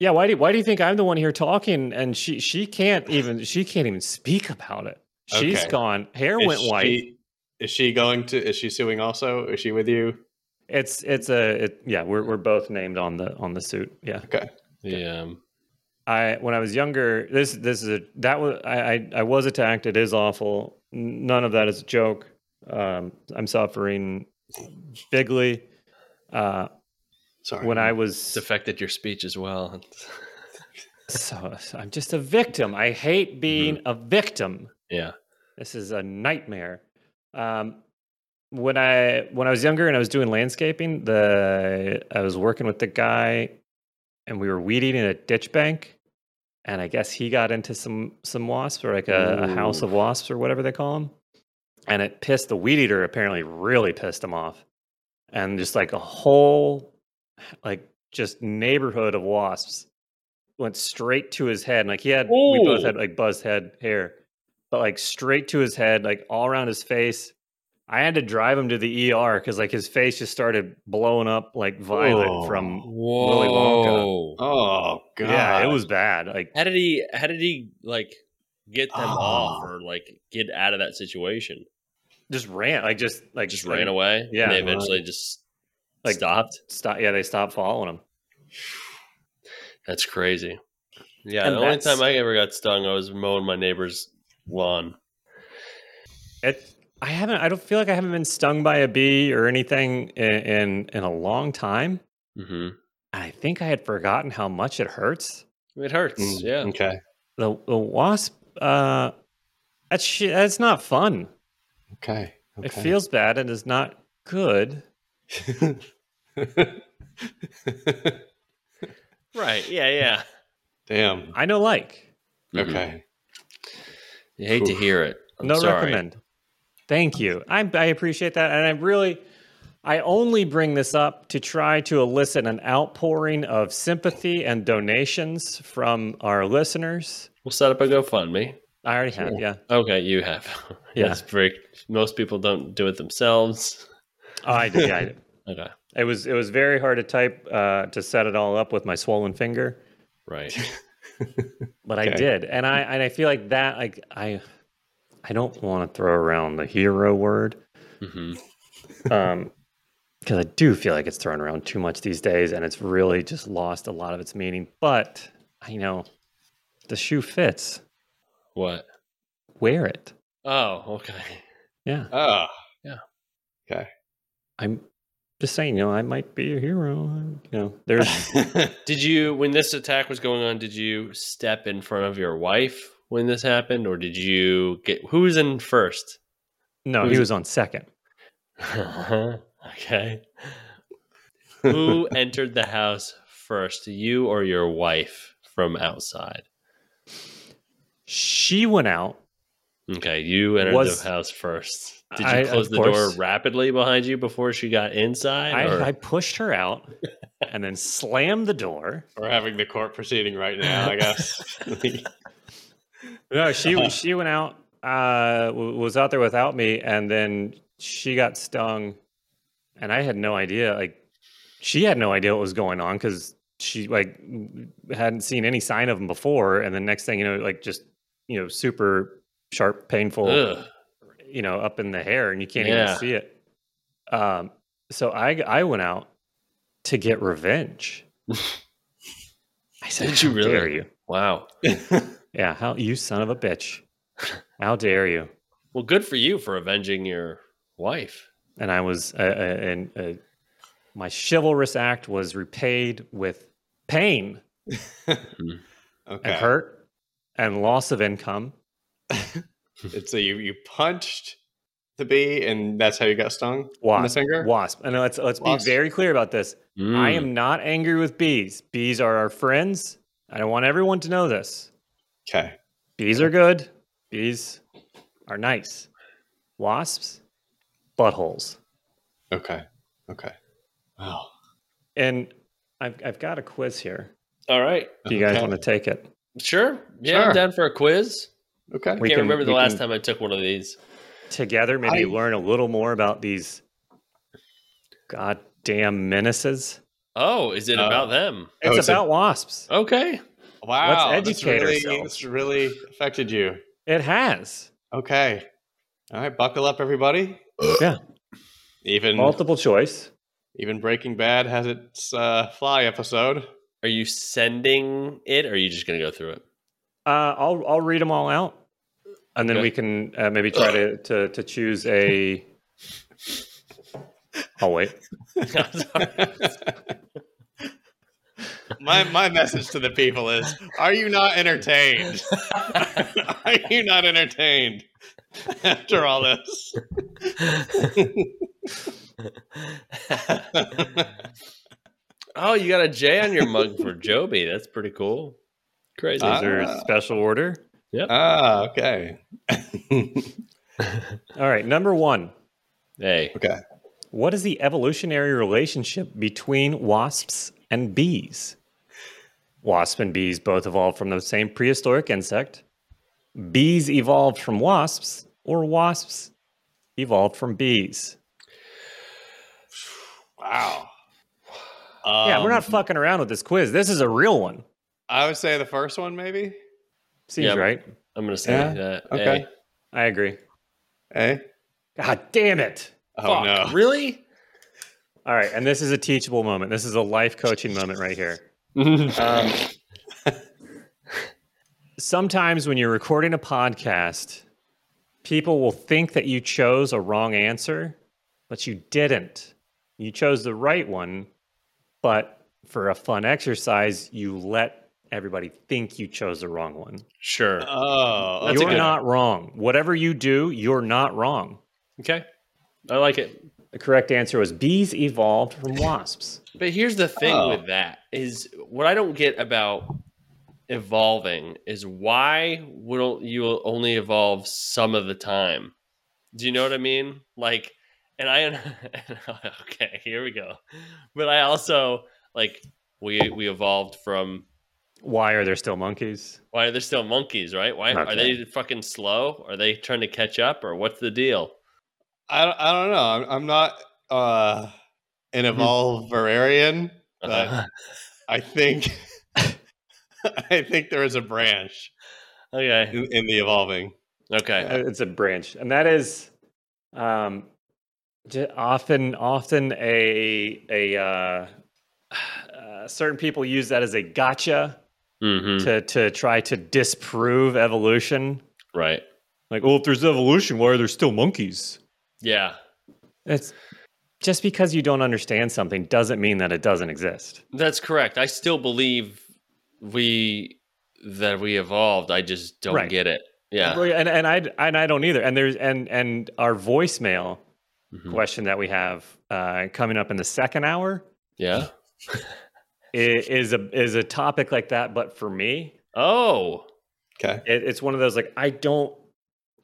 Speaker 1: yeah. Why do you, why do you think I'm the one here talking? And she she can't even she can't even speak about it. She's
Speaker 2: Okay.
Speaker 1: gone. Hair
Speaker 2: Is
Speaker 1: went
Speaker 2: she-
Speaker 1: white.
Speaker 2: Is she going to? Is she suing also? Is she with you?
Speaker 1: It's it's a it, yeah. We're we're both named on the on the suit. Yeah.
Speaker 3: Yeah.
Speaker 1: I when I was younger, this this is a that was I I, I was attacked. It is awful. N- None of that is a joke. Um, I'm suffering bigly. Uh,
Speaker 2: Sorry.
Speaker 1: when I
Speaker 3: It's
Speaker 1: was
Speaker 3: affected your speech as well.
Speaker 1: so, so I'm just a victim. I hate being a victim.
Speaker 3: yeah.
Speaker 1: This is a nightmare. Um, when I when I was younger and I was doing landscaping, the I was working with the guy, and we were weed eating at a ditch bank, and I guess he got into some some wasps or like a, a house of wasps or whatever they call them, and it pissed the weed eater apparently really pissed him off, and just like a whole like just neighborhood of wasps went straight to his head. and, Like he had we both
Speaker 3: Ooh.
Speaker 1: had like buzzed head hair, but like straight to his head, like all around his face. I had to drive him to the ER because like his face just started blowing up like violet
Speaker 2: Whoa.
Speaker 3: Oh,
Speaker 1: from. Willy Wonka.
Speaker 3: Whoa.
Speaker 2: Oh god.
Speaker 1: Yeah, it was bad. Like
Speaker 3: How did he? How did he like get them
Speaker 2: Ah.
Speaker 3: off or like get out of that situation?
Speaker 1: just ran, like just like
Speaker 3: Just
Speaker 1: like,
Speaker 3: ran away.
Speaker 1: yeah.
Speaker 3: and they eventually just
Speaker 1: Like-
Speaker 3: stopped.
Speaker 1: Stop. Yeah, they stopped following him.
Speaker 3: That's crazy. Yeah,
Speaker 1: And
Speaker 3: the only
Speaker 1: that's-
Speaker 3: time I ever got stung, I was mowing my neighbor's lawn.
Speaker 1: It. I haven't. I don't feel like I haven't been stung by a bee or anything in in, in a long time.
Speaker 3: hmm
Speaker 1: I think I had forgotten how much it hurts.
Speaker 3: It hurts.
Speaker 2: Mm,
Speaker 3: Yeah,
Speaker 2: Okay.
Speaker 1: the the wasp uh that's shi- that's not fun
Speaker 2: Okay.
Speaker 1: it feels bad and is not good
Speaker 2: feels.
Speaker 3: right. Yeah, yeah.
Speaker 2: Damn.
Speaker 1: i know like
Speaker 3: Mm-hmm.
Speaker 2: Okay.
Speaker 3: You hate to
Speaker 2: Oof.
Speaker 3: hear it. I'm
Speaker 1: no
Speaker 3: sorry.
Speaker 1: recommend thank you I, I appreciate that and i really i only bring this up to try to elicit an outpouring of sympathy and donations from our listeners
Speaker 3: We'll set up a GoFundMe.
Speaker 1: i already have yeah
Speaker 3: Okay, you have.
Speaker 1: Yeah.
Speaker 3: That's very. Most people don't do it themselves.
Speaker 1: oh, i did yeah, I did.
Speaker 3: Okay.
Speaker 1: it was it was very hard to type uh to set it all up with my swollen finger
Speaker 3: Right.
Speaker 1: but I
Speaker 2: Okay.
Speaker 1: did, and I and I feel like that like I I don't want to throw around the hero word
Speaker 3: hmm
Speaker 1: um because I do feel like it's thrown around too much these days, and it's really just lost a lot of its meaning. But I know the shoe fits.
Speaker 3: What?
Speaker 1: Wear it.
Speaker 3: Oh, okay.
Speaker 1: Yeah,
Speaker 2: Oh.
Speaker 1: I'm just saying. You know, I might be a hero. You know, there's
Speaker 3: Did you, when this attack was going on, did you step in front of your wife when this happened, or did you get who was in first?
Speaker 1: no. He was on second.
Speaker 3: okay. Who entered the house first, you or your wife from outside?
Speaker 1: She went out.
Speaker 3: Okay, you entered
Speaker 1: Was-
Speaker 3: the house first. Did
Speaker 1: I-
Speaker 3: you
Speaker 1: of
Speaker 3: close the door
Speaker 1: course.
Speaker 3: rapidly behind you before she got inside? or-
Speaker 1: I, I pushed her out, and then slammed the door.
Speaker 2: We're having the court proceeding right now, I guess.
Speaker 1: No,
Speaker 3: Uh-huh.
Speaker 1: she she went out, uh, w- was out there without me, and then she got stung, and I had no idea. Like, she had no idea what was going on because she like hadn't seen any sign of them before, and the next thing you know, like just you know, super sharp, painful,
Speaker 3: Ugh.
Speaker 1: you know, up in the hair, and you can't
Speaker 3: Yeah.
Speaker 1: even see it. Um, so I I went out to get revenge. I said,
Speaker 3: Did you
Speaker 1: "How
Speaker 3: really?
Speaker 1: Dare you?
Speaker 3: Wow.
Speaker 1: Yeah, how you son of a bitch? How dare you?"
Speaker 3: Well, good for you for avenging your wife.
Speaker 1: and I was uh, uh, and uh, my chivalrous act was repaid with pain
Speaker 2: okay.
Speaker 1: and hurt and loss of income.
Speaker 2: And so you, you punched the bee, and that's how you got stung on the
Speaker 1: Wasp,
Speaker 2: finger.
Speaker 1: wasp, and let's let's
Speaker 2: Wasp.
Speaker 3: Hmm.
Speaker 2: Hmm.
Speaker 1: be very clear about this. I am not angry with bees. Bees are our friends. And I want everyone to know this.
Speaker 2: Okay.
Speaker 1: Bees are good. Bees are nice. Wasps, buttholes.
Speaker 2: Okay. Okay. Wow.
Speaker 1: And I've, I've got a quiz here.
Speaker 3: All right.
Speaker 1: Do you guys
Speaker 2: Okay.
Speaker 1: want to take it?
Speaker 3: Sure. Yeah,
Speaker 2: Sure.
Speaker 3: I'm down for a quiz.
Speaker 2: Okay.
Speaker 1: We
Speaker 3: Can't
Speaker 1: can-
Speaker 3: remember the
Speaker 1: we
Speaker 3: last
Speaker 1: can-
Speaker 3: time I took one of these.
Speaker 1: Together, maybe
Speaker 2: I-
Speaker 1: learn a little more about these goddamn menaces.
Speaker 3: Oh, is it
Speaker 2: Oh.
Speaker 1: Uh,
Speaker 3: about them?
Speaker 2: Oh,
Speaker 1: It's
Speaker 2: it's a-
Speaker 1: about wasps.
Speaker 3: Okay.
Speaker 2: Wow.
Speaker 1: Let's
Speaker 2: this
Speaker 1: educate
Speaker 2: really,
Speaker 1: ourselves.
Speaker 2: This really affected you.
Speaker 1: It has
Speaker 2: Okay. All right. Buckle up, everybody.
Speaker 1: Yeah.
Speaker 2: Even
Speaker 1: multiple choice.
Speaker 2: even Breaking Bad has its uh, fly episode.
Speaker 3: Are you sending it or are you just going to go through it?
Speaker 1: Uh, I'll I'll read them all out, and then
Speaker 3: Okay.
Speaker 1: we can uh, maybe try to, to to choose a. I'll wait.
Speaker 2: my my message to the people is: Are you not entertained? Are you not entertained after all this?
Speaker 3: oh, you got a J on your mug for Joby. That's pretty cool. Crazy.
Speaker 1: Is
Speaker 2: Uh,
Speaker 1: there
Speaker 2: Ah.
Speaker 1: a special order?
Speaker 2: Ah, okay,
Speaker 1: All right. Number one.
Speaker 3: hey.
Speaker 2: okay.
Speaker 1: What is the evolutionary relationship between wasps and bees? Wasps and bees both evolved from the same prehistoric insect. Bees evolved from wasps, or wasps evolved from bees.
Speaker 2: Wow.
Speaker 1: yeah, we're not
Speaker 2: Um,
Speaker 1: fucking around with this quiz. This is a real one.
Speaker 2: I would say the first one, maybe.
Speaker 1: Seems
Speaker 3: Yeah.
Speaker 1: right.
Speaker 3: I'm going to say
Speaker 2: Yeah,
Speaker 3: that.
Speaker 2: okay.
Speaker 3: Hey.
Speaker 1: I agree.
Speaker 2: Eh?
Speaker 1: God damn it.
Speaker 2: Oh
Speaker 3: Fuck,
Speaker 2: no.
Speaker 3: Really?
Speaker 1: All right, and this is a teachable moment. This is a life coaching moment right here. Um, sometimes when you're recording a podcast, people will think that you chose a wrong answer, but you didn't. You chose the right one, but for a fun exercise, you let everybody think you chose the wrong one.
Speaker 3: sure.
Speaker 2: Oh,
Speaker 3: That's a
Speaker 1: you're
Speaker 3: good-
Speaker 1: not wrong. Whatever you do, you're not wrong.
Speaker 3: Okay. I like it.
Speaker 1: The correct answer was bees evolved from wasps.
Speaker 3: But here's the thing
Speaker 2: Oh.
Speaker 3: with that is what I don't get about evolving is why wouldn't you only evolve some of the time? Do you know what I mean? Like, and I okay, here we go. But I also like we we evolved from
Speaker 1: Why are there still monkeys?
Speaker 3: why are there still monkeys, right? Why are
Speaker 1: Okay.
Speaker 3: they fucking slow? Are they trying to catch up or what's the deal?
Speaker 2: I don't, I don't know. I'm, I'm not uh, an evolvarian, but
Speaker 3: Uh,
Speaker 2: I think I think there is a branch
Speaker 3: okay.
Speaker 2: in, in the evolving.
Speaker 3: Okay.
Speaker 1: Uh, it's a branch and that is um j- often often a a uh uh, certain people use that as a gotcha
Speaker 3: Mm-hmm.
Speaker 1: to to try to disprove evolution.
Speaker 3: Right.
Speaker 1: Like, well, if there's evolution, why are there still monkeys?
Speaker 3: Yeah.
Speaker 1: It's just because you don't understand something doesn't mean that it doesn't exist.
Speaker 3: That's correct. I still believe we that we evolved. I just don't
Speaker 1: Right.
Speaker 3: get it. Yeah.
Speaker 1: Well, and and I and I don't either. And there's and and our voicemail
Speaker 3: Mhm.
Speaker 1: question that we have uh, coming up in the second hour
Speaker 3: Yeah.
Speaker 1: i- is a is a topic like that, but for me,
Speaker 3: Oh.
Speaker 2: Okay.
Speaker 1: it, it's one of those like I don't.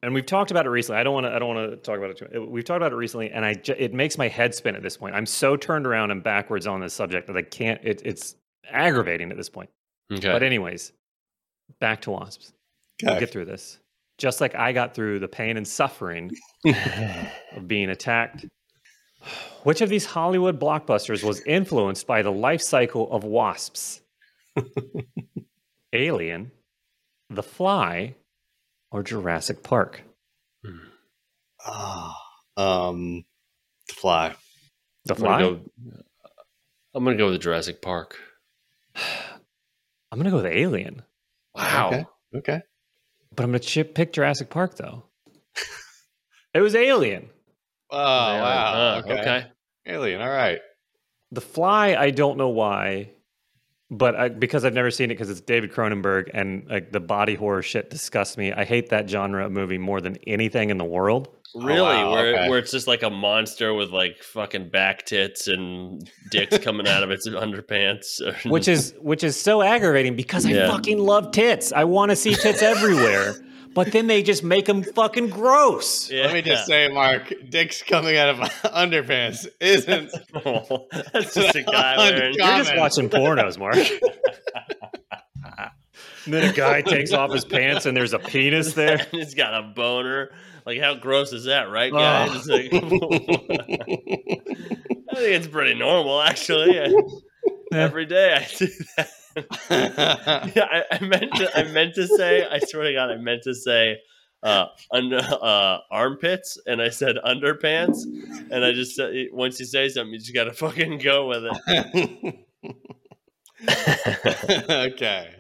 Speaker 1: And we've talked about it recently. I don't want to. I don't want to talk about it. Too, we've talked about it recently, and I ju- it makes my head spin at this point. I'm so turned around and backwards on this subject that I can't. It, it's aggravating at this point.
Speaker 3: Okay.
Speaker 1: But anyways, back to wasps. We'll
Speaker 2: Okay.
Speaker 1: get through this. Just like I got through the pain and suffering of being attacked. Which of these Hollywood blockbusters was influenced by the life cycle of wasps? Alien, The Fly, or Jurassic Park?
Speaker 2: Ah, um, the fly.
Speaker 1: The
Speaker 3: I'm gonna
Speaker 1: Fly?
Speaker 3: go. I'm gonna go with Jurassic Park.
Speaker 1: I'm going to go with Alien,
Speaker 3: Wow.
Speaker 2: Okay. Okay.
Speaker 1: but I'm going to pick Jurassic Park though. it was Alien.
Speaker 2: Oh
Speaker 3: Alien.
Speaker 2: wow.
Speaker 3: Huh,
Speaker 2: okay.
Speaker 3: okay.
Speaker 2: Alien. All right.
Speaker 1: The Fly, I don't know why. but I, because I've never seen it, because it's David Cronenberg and like the body horror shit disgusts me. I hate that genre of movie more than anything in the world.
Speaker 3: Really,
Speaker 2: wow,
Speaker 3: where
Speaker 2: okay.
Speaker 3: where it's just like a monster with like fucking back tits and dicks coming out of its underpants. or-
Speaker 1: which is which is so aggravating because I
Speaker 3: Mm-hmm. Yeah.
Speaker 1: fucking love tits. I want to see tits everywhere, but then they just make them fucking gross.
Speaker 3: yeah.
Speaker 2: Let me just say, Mark, dicks coming out of underpants isn't.
Speaker 3: that's just a guy wearing.
Speaker 1: You're just
Speaker 2: Comment.
Speaker 1: watching pornos, Mark. And then a guy takes off his pants and there's a penis there.
Speaker 3: He's got a boner. Like, how gross is that, right, guys? It's like- I think it's pretty normal, actually. I- every day I do that. Yeah, I, I meant to. I meant to say. I swear to God, I meant to say uh, under uh, armpits, and I said underpants, and I just said once you say something, you just gotta fucking go with it.
Speaker 2: okay.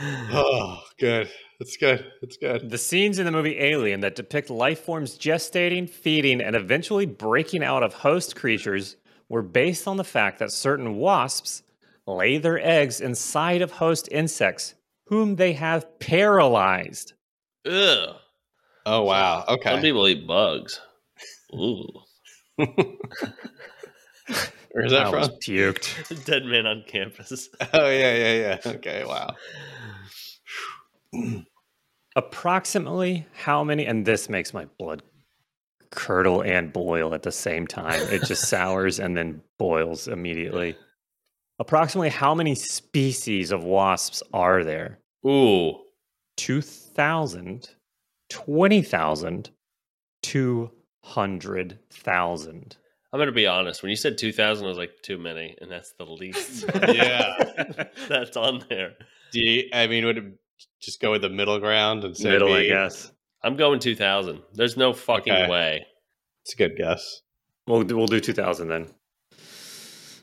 Speaker 2: Oh, good. It's good. It's good.
Speaker 1: The scenes in the movie Alien that depict life forms gestating, feeding, and eventually breaking out of host creatures were based on the fact that certain wasps lay their eggs inside of host insects, whom they have paralyzed.
Speaker 3: Ugh.
Speaker 2: Oh wow.
Speaker 3: Some
Speaker 2: Okay.
Speaker 3: people eat bugs. Ooh.
Speaker 2: Where's that
Speaker 1: I
Speaker 2: from?
Speaker 1: almost puked.
Speaker 3: Dead man on campus.
Speaker 2: Oh yeah, yeah, yeah. Okay. Wow.
Speaker 1: Approximately how many? And this makes my blood curdle and boil at the same time. It just sours and then boils immediately. Approximately how many species of wasps are there?
Speaker 3: Ooh.
Speaker 1: 2,000, 20,000, 200,000.
Speaker 3: I'm gonna be honest. When you said 2,000, I was like too many, and that's the least
Speaker 2: Yeah.
Speaker 3: that's on there.
Speaker 2: Do you, I mean, would it just go with the middle ground and say
Speaker 1: Middle, I
Speaker 2: B?
Speaker 1: guess.
Speaker 3: I'm going 2,000. There's no fucking
Speaker 2: Okay.
Speaker 3: way.
Speaker 2: It's a good guess.
Speaker 1: We'll do, we'll do 2,000 then.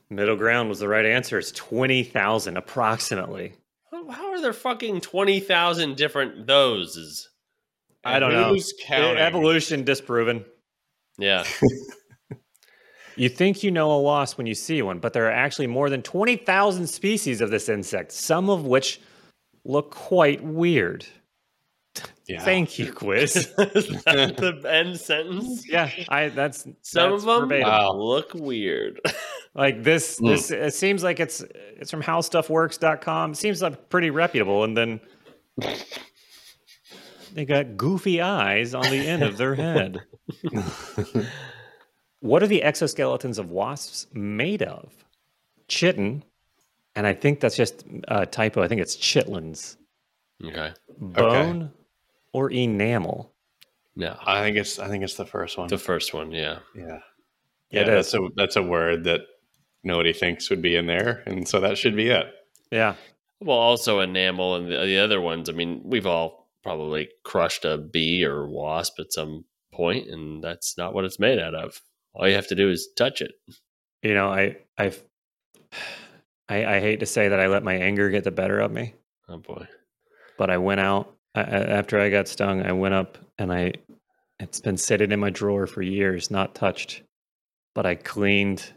Speaker 1: Middle ground was the right answer. It's 20,000 approximately.
Speaker 3: How, how are there fucking 20,000 different thoses?
Speaker 1: I don't
Speaker 2: And
Speaker 1: know.
Speaker 2: Who's counting?
Speaker 1: E, Evolution disproven.
Speaker 3: Yeah.
Speaker 1: You think you know a wasp when you see one, but there are actually more than 20,000 species of this insect, some of which look quite weird.
Speaker 2: Yeah.
Speaker 1: Thank you, quiz.
Speaker 3: Is that the end sentence?
Speaker 1: yeah, I that's
Speaker 3: Some
Speaker 1: that's
Speaker 3: of them
Speaker 1: verbatim.
Speaker 2: Wow.
Speaker 3: look weird.
Speaker 1: Like this,
Speaker 2: Mm.
Speaker 1: this it seems like it's it's from HowStuffWorks.com. It seems like pretty reputable, and then they got goofy eyes on the end of their head. what are the exoskeletons of wasps made of? Chitin, and I think that's just a typo. I think it's chitlins,
Speaker 3: Okay.
Speaker 1: bone or enamel.
Speaker 3: No.
Speaker 2: I think it's. I think it's the first one.
Speaker 3: The first one, yeah.
Speaker 2: yeah.
Speaker 1: It
Speaker 2: Yeah.
Speaker 1: is.
Speaker 2: That's a. That's a word that nobody thinks would be in there, and so that should be it.
Speaker 1: Yeah,
Speaker 3: Well, also enamel and the, the other ones. I mean, we've all probably crushed a bee or wasp at some point, and that's not what it's made out of. All you have to do is touch it.
Speaker 1: you know, I I've, I I hate to say that I let my anger get the better of me.
Speaker 3: Oh boy.
Speaker 1: but I went out I, I- after I got stung. I went up and I it's been sitting in my drawer for years, not touched. But I cleaned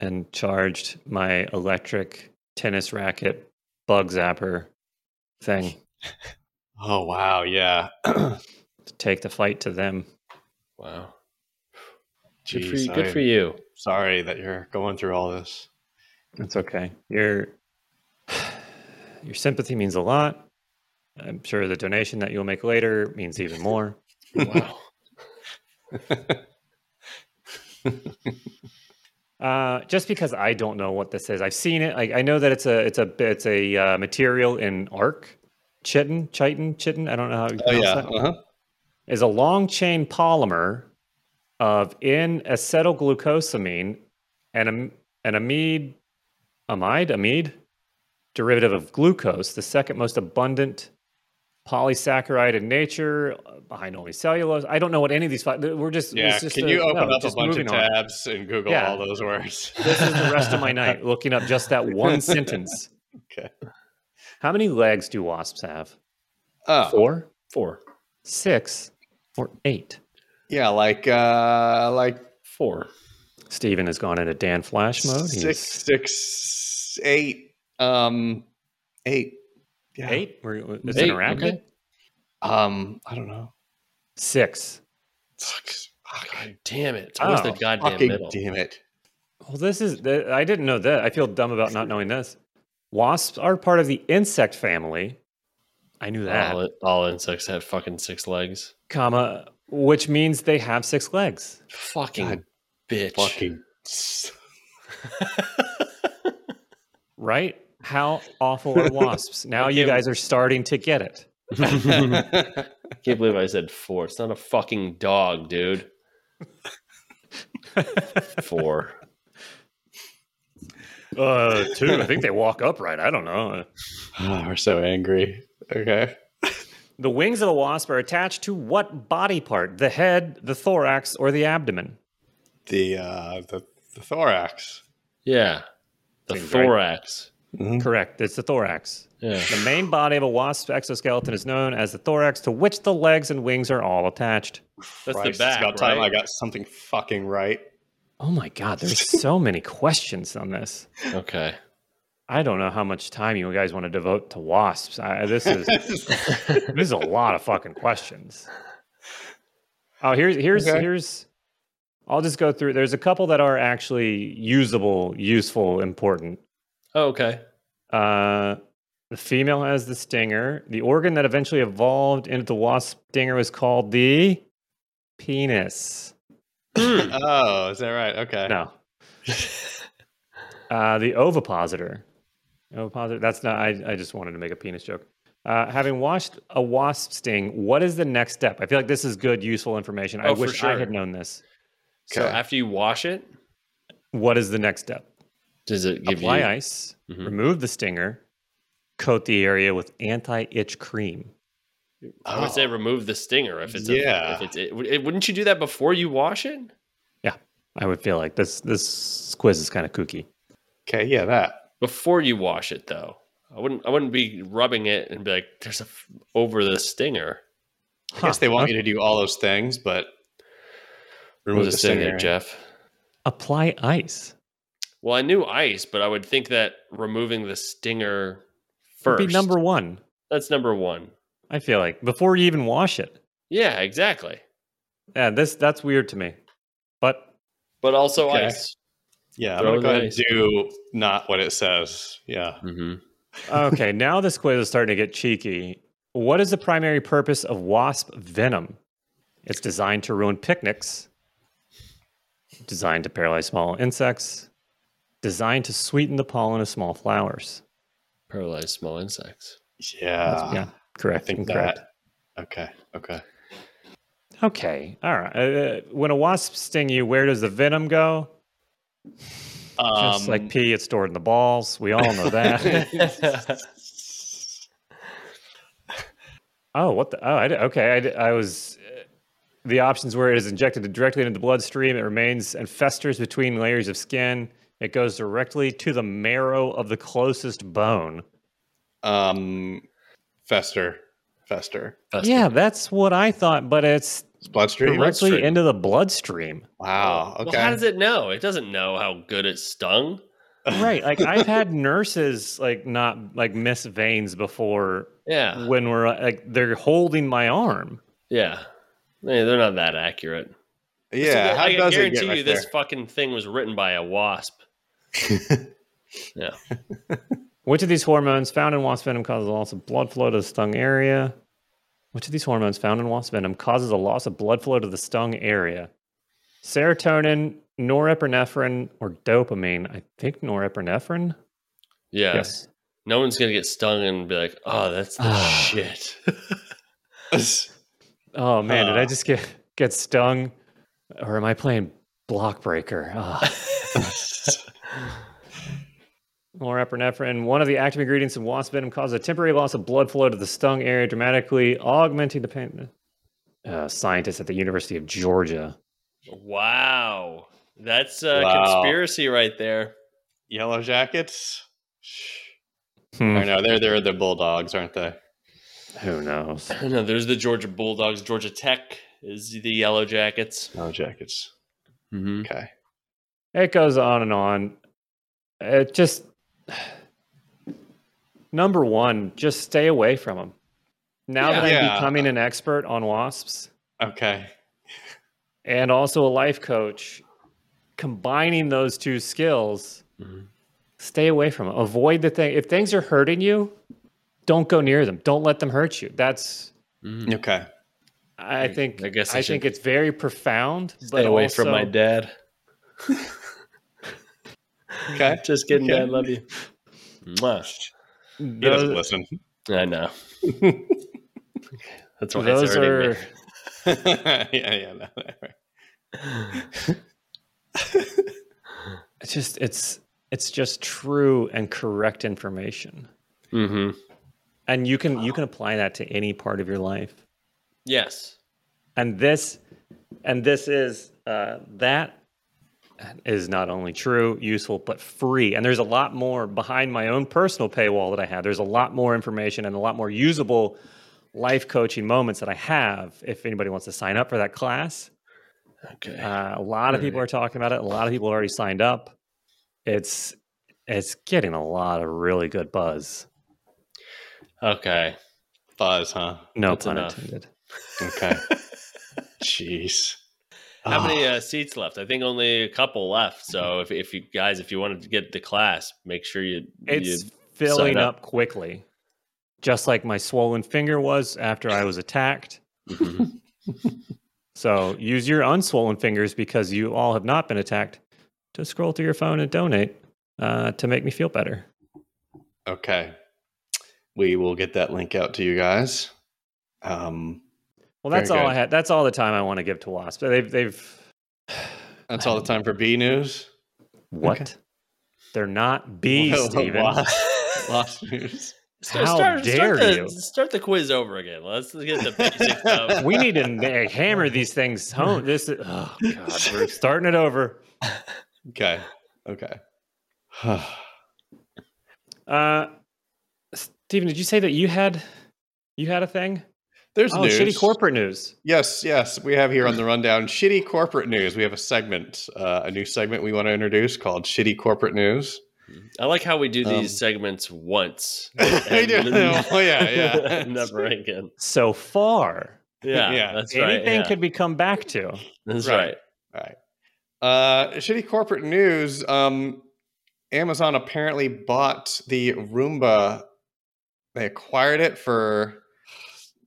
Speaker 1: and charged my electric tennis racket bug zapper thing
Speaker 2: Oh wow. Yeah.
Speaker 1: to take the fight to them.
Speaker 3: Wow. Good for
Speaker 2: Jeez,
Speaker 3: you. Good
Speaker 2: I-
Speaker 3: for you.
Speaker 2: Sorry that you're going through all this.
Speaker 1: It's okay. Your your sympathy means a lot. I'm sure the donation that you'll make later means even more.
Speaker 3: Wow.
Speaker 1: Uh, just because I don't know what this is, I've seen it. I, I know that it's a it's a it's a uh, material in Arc, chitin, chitin, chitin. I don't know how you
Speaker 2: Oh
Speaker 1: pronounce
Speaker 2: yeah.
Speaker 1: that.
Speaker 2: Uh-huh.
Speaker 1: Is a long chain polymer of N acetylglucosamine and am, an amide, amide, amide, derivative of glucose, the second most abundant polysaccharide in nature, uh, behind only cellulose. I don't know what any of these. fi- We're just
Speaker 2: Yeah.
Speaker 1: it's just
Speaker 2: Can
Speaker 1: a-
Speaker 2: you open
Speaker 1: no,
Speaker 2: up a
Speaker 1: just
Speaker 2: bunch of
Speaker 1: moving on
Speaker 2: tabs and Google
Speaker 1: Yeah.
Speaker 2: all those words?
Speaker 1: this is the rest of my night looking up just that one sentence.
Speaker 2: Okay.
Speaker 1: How many legs do wasps have?
Speaker 2: Oh.
Speaker 1: Four,
Speaker 3: Uh, Four.
Speaker 1: six, or eight?
Speaker 2: Yeah, like uh like
Speaker 3: Four.
Speaker 1: Steven has gone into Dan Flash mode.
Speaker 2: six,
Speaker 1: He's
Speaker 2: six, eight. Um, eight. Yeah.
Speaker 1: Eight? We're, it's
Speaker 3: Eight,
Speaker 1: an racket.
Speaker 3: okay.
Speaker 2: Um, I don't know.
Speaker 1: Six.
Speaker 2: Fuck.
Speaker 3: Damn it! It's always
Speaker 1: Oh,
Speaker 3: the goddamn
Speaker 2: Fucking
Speaker 3: middle.
Speaker 2: damn it.
Speaker 1: Well, this is, th- I didn't know that. I feel dumb about not knowing this. Wasps are part of the insect family. I knew that.
Speaker 3: All, all insects have fucking six legs.
Speaker 1: comma, which means they have six legs.
Speaker 3: Fucking
Speaker 2: God
Speaker 3: bitch.
Speaker 2: Fucking. s-
Speaker 1: Right? How awful are wasps? Now you
Speaker 3: can't-
Speaker 1: guys are starting to get it.
Speaker 3: Can't believe I said four. It's not a fucking dog, dude. Four.
Speaker 1: Uh, two. I think they walk upright. I don't know.
Speaker 2: Ah, we're so angry. Okay.
Speaker 1: The wings of the wasp are attached to what body part? The head, the thorax, or the abdomen?
Speaker 2: The uh, the, the thorax.
Speaker 3: Yeah. The
Speaker 1: Seems right.
Speaker 3: thorax.
Speaker 1: Correct. It's the thorax.
Speaker 3: Yeah.
Speaker 1: The main body of a wasp's exoskeleton is known as the thorax, to which the legs and wings are all attached.
Speaker 3: That's
Speaker 2: Christ,
Speaker 3: the back.
Speaker 2: It's about
Speaker 3: right?
Speaker 2: time I got something fucking right.
Speaker 1: Oh my God, there's so many questions on this.
Speaker 3: Okay.
Speaker 1: I don't know how much time you guys want to devote to wasps. I, this is this is a lot of fucking questions. Oh, here's here's
Speaker 2: Okay.
Speaker 1: here's. I'll just go through. There's a couple that are actually usable, useful, important.
Speaker 3: Oh, okay.
Speaker 1: Uh, the female has the stinger. The organ that eventually evolved into the wasp stinger was called the penis.
Speaker 2: oh, is that right? Okay.
Speaker 1: No. uh, the ovipositor. Ovipositor. That's not. I, I just wanted to make a penis joke. Uh, having washed a wasp sting, what is the next step? I feel like this is good, useful information. I
Speaker 3: Oh, for
Speaker 1: wish I
Speaker 3: sure.
Speaker 1: had known this.
Speaker 3: So
Speaker 2: Okay.
Speaker 3: after you wash it,
Speaker 1: What is the next step?
Speaker 3: does it give
Speaker 1: Apply
Speaker 3: you?
Speaker 1: ice,
Speaker 3: Mhm.
Speaker 1: remove the stinger, coat the area with anti-itch cream.
Speaker 3: I would say remove the stinger if it's
Speaker 2: Yeah.
Speaker 3: A, if it's it, it- wouldn't you do that before you wash it?
Speaker 1: I would feel like this this quiz is kind of kooky.
Speaker 2: Okay. Yeah, that.
Speaker 3: Before you wash it though. I wouldn't I wouldn't be rubbing it and be like there's a f- over the stinger.
Speaker 2: I guess they want you to do all those things, but remove the stinger.
Speaker 3: Jeff.
Speaker 1: apply ice.
Speaker 3: Well, I knew ice, but I would think that removing the stinger
Speaker 1: Would
Speaker 3: first.
Speaker 1: be number one.
Speaker 3: That's number 1.
Speaker 1: I feel like before you even wash it.
Speaker 3: Yeah, exactly.
Speaker 1: Yeah, this that's weird to me. But
Speaker 3: But also
Speaker 2: Okay.
Speaker 3: ice.
Speaker 2: Yeah,
Speaker 3: Throw
Speaker 2: I'm gonna go
Speaker 3: the
Speaker 2: ahead and
Speaker 3: ice.
Speaker 2: do not what it says. Yeah.
Speaker 3: Mhm.
Speaker 1: okay, now this quiz is starting to get cheeky. What is the primary purpose of wasp venom? It's designed to ruin picnics, designed to paralyze small insects, designed to sweeten the pollen of small flowers.
Speaker 3: Paralyze small insects.
Speaker 2: Yeah.
Speaker 1: yeah,
Speaker 2: Ah, I
Speaker 1: correct.
Speaker 2: think
Speaker 1: incorrect.
Speaker 2: that. Okay. Okay.
Speaker 1: Okay, all right. Uh, when a wasp sting you, where does the venom go?
Speaker 2: Um,
Speaker 1: Just like pee, it's stored in the balls. We all know that. Oh, what the? Oh, I, di- okay. I, di- I was. uh, The options were it is injected directly into the bloodstream. It remains and festers between layers of skin. It goes directly to the marrow of the closest bone.
Speaker 2: um, fester, fester,
Speaker 1: Yeah, that's what I thought, but it's
Speaker 2: It's bloodstream.
Speaker 1: directly
Speaker 3: bloodstream.
Speaker 1: into the bloodstream.
Speaker 2: Wow. Oh, Okay.
Speaker 3: Well, how does it know? It doesn't know how good it stung.
Speaker 1: Right. Like I've had nurses like not like miss veins before
Speaker 3: Yeah.
Speaker 1: when we're like they're holding my arm.
Speaker 3: Yeah. Hey, they're not that accurate.
Speaker 2: yeah.
Speaker 3: So
Speaker 2: how
Speaker 3: I
Speaker 2: does it
Speaker 3: guarantee
Speaker 2: get right
Speaker 3: you this
Speaker 2: there?
Speaker 3: fucking thing was written by a wasp. yeah.
Speaker 1: Which of these hormones found in wasp venom causes a loss of blood flow to the stung area? Which of these hormones found in wasp venom causes a loss of blood flow to the stung area? Serotonin, norepinephrine, or dopamine? I think norepinephrine.
Speaker 3: Yeah. No one's gonna get stung and be like, oh, that's the
Speaker 1: Ah.
Speaker 3: shit.
Speaker 1: Oh man, did
Speaker 2: Huh.
Speaker 1: I just get get stung, or am I playing Block Breaker? Ah. norepinephrine, one of the active ingredients in wasp venom, causes a temporary loss of blood flow to the stung area, dramatically augmenting the pain. Uh, scientists at the University of Georgia.
Speaker 3: wow. That's a
Speaker 2: Wow.
Speaker 3: conspiracy right there.
Speaker 2: Yellow jackets.
Speaker 1: Hmm,
Speaker 2: Or no, they're they're the bulldogs, aren't they?
Speaker 1: Who knows?
Speaker 3: No, there's the Georgia Bulldogs. Georgia Tech is the Yellow Jackets.
Speaker 2: Yellow jackets.
Speaker 3: Mm-hmm.
Speaker 2: Okay.
Speaker 1: It goes on and on. It just Number one, just stay away from them. Now
Speaker 3: Yeah.
Speaker 1: that I'm
Speaker 2: Yeah.
Speaker 1: becoming an expert on wasps
Speaker 2: Okay.
Speaker 1: and also a life coach, combining those two skills,
Speaker 3: Mhm.
Speaker 1: stay away from them. Avoid the thing. If things are hurting you, don't go near them. Don't let them hurt you. That's
Speaker 3: Mhm.
Speaker 2: Okay.
Speaker 1: I think
Speaker 3: I
Speaker 1: I,
Speaker 3: guess I
Speaker 1: think
Speaker 3: should
Speaker 1: it's very profound.
Speaker 3: Stay away from my
Speaker 1: also-
Speaker 3: dad.
Speaker 2: Okay.
Speaker 3: Just kidding,
Speaker 2: Okay.
Speaker 3: Dad. Love you. Mwah.
Speaker 2: He doesn't
Speaker 1: those-
Speaker 2: listen.
Speaker 3: I know. That's why
Speaker 1: those
Speaker 3: it's
Speaker 1: are
Speaker 3: hurting me.
Speaker 2: yeah, yeah. No, right.
Speaker 1: it's just it's it's just true and correct information
Speaker 3: Mm-hmm.
Speaker 1: and you can you can apply that to any part of your life
Speaker 3: Yes.
Speaker 1: and this and this is uh, that is not only true useful but free and there's a lot more behind my own personal paywall that i have there's a lot more information and a lot more usable life coaching moments that i have if anybody wants to sign up for that class
Speaker 3: Okay.
Speaker 1: uh, a lot of people are talking about it a lot of people already signed up it's it's getting a lot of really good buzz
Speaker 3: okay.
Speaker 2: Buzz, huh?
Speaker 1: No
Speaker 3: That's
Speaker 1: pun
Speaker 3: enough.
Speaker 1: intended.
Speaker 2: Okay. Jeez.
Speaker 3: How
Speaker 2: Ah,
Speaker 3: many uh, seats left? I think only a couple left. So if, if you guys, if you wanted to get the class, make sure you.
Speaker 1: It's
Speaker 3: you-
Speaker 1: filling
Speaker 3: sign
Speaker 1: up.
Speaker 3: up.
Speaker 1: quickly, just like my swollen finger was after I was attacked.
Speaker 2: Ah, mm-hmm.
Speaker 3: Mhm.
Speaker 1: So use your unswollen fingers because you all have not been attacked to scroll through your phone and donate uh, to make me feel better.
Speaker 2: Okay. We will get that link out to you guys. Um,
Speaker 1: Well, that's
Speaker 2: Very
Speaker 1: all
Speaker 2: good.
Speaker 1: I had. That's all the time I want to give to Wasp. They've they've
Speaker 2: that's all the time for B news.
Speaker 1: what? They're not bees, Steven.
Speaker 2: Wasp, wasp news.
Speaker 3: Start-
Speaker 1: How
Speaker 3: start-
Speaker 1: dare
Speaker 3: start the,
Speaker 1: you?
Speaker 3: Start the quiz over again. Let's get the basics of.
Speaker 1: We need to na- hammer these things home. This is, oh god, we're starting it over.
Speaker 2: Okay. Okay.
Speaker 1: Uh, Steven, did you say that you had you had a thing?
Speaker 2: There's
Speaker 1: oh,
Speaker 2: news.
Speaker 1: shitty corporate news.
Speaker 2: Yes, yes, we have here on the rundown shitty corporate news. We have a segment, uh, a new segment we want to introduce called "Shitty Corporate News."
Speaker 3: I like how we do these
Speaker 2: Um,
Speaker 3: segments once.
Speaker 2: I do.
Speaker 3: And-
Speaker 2: Oh, yeah, yeah.
Speaker 3: Never again.
Speaker 1: So far,
Speaker 3: Yeah,
Speaker 2: Yeah.
Speaker 3: that's right.
Speaker 1: anything
Speaker 3: yeah.
Speaker 1: could be come back to.
Speaker 3: That's
Speaker 2: Right.
Speaker 3: right.
Speaker 2: Right. Uh, shitty corporate news. Um, Amazon apparently bought the Roomba. They acquired it for,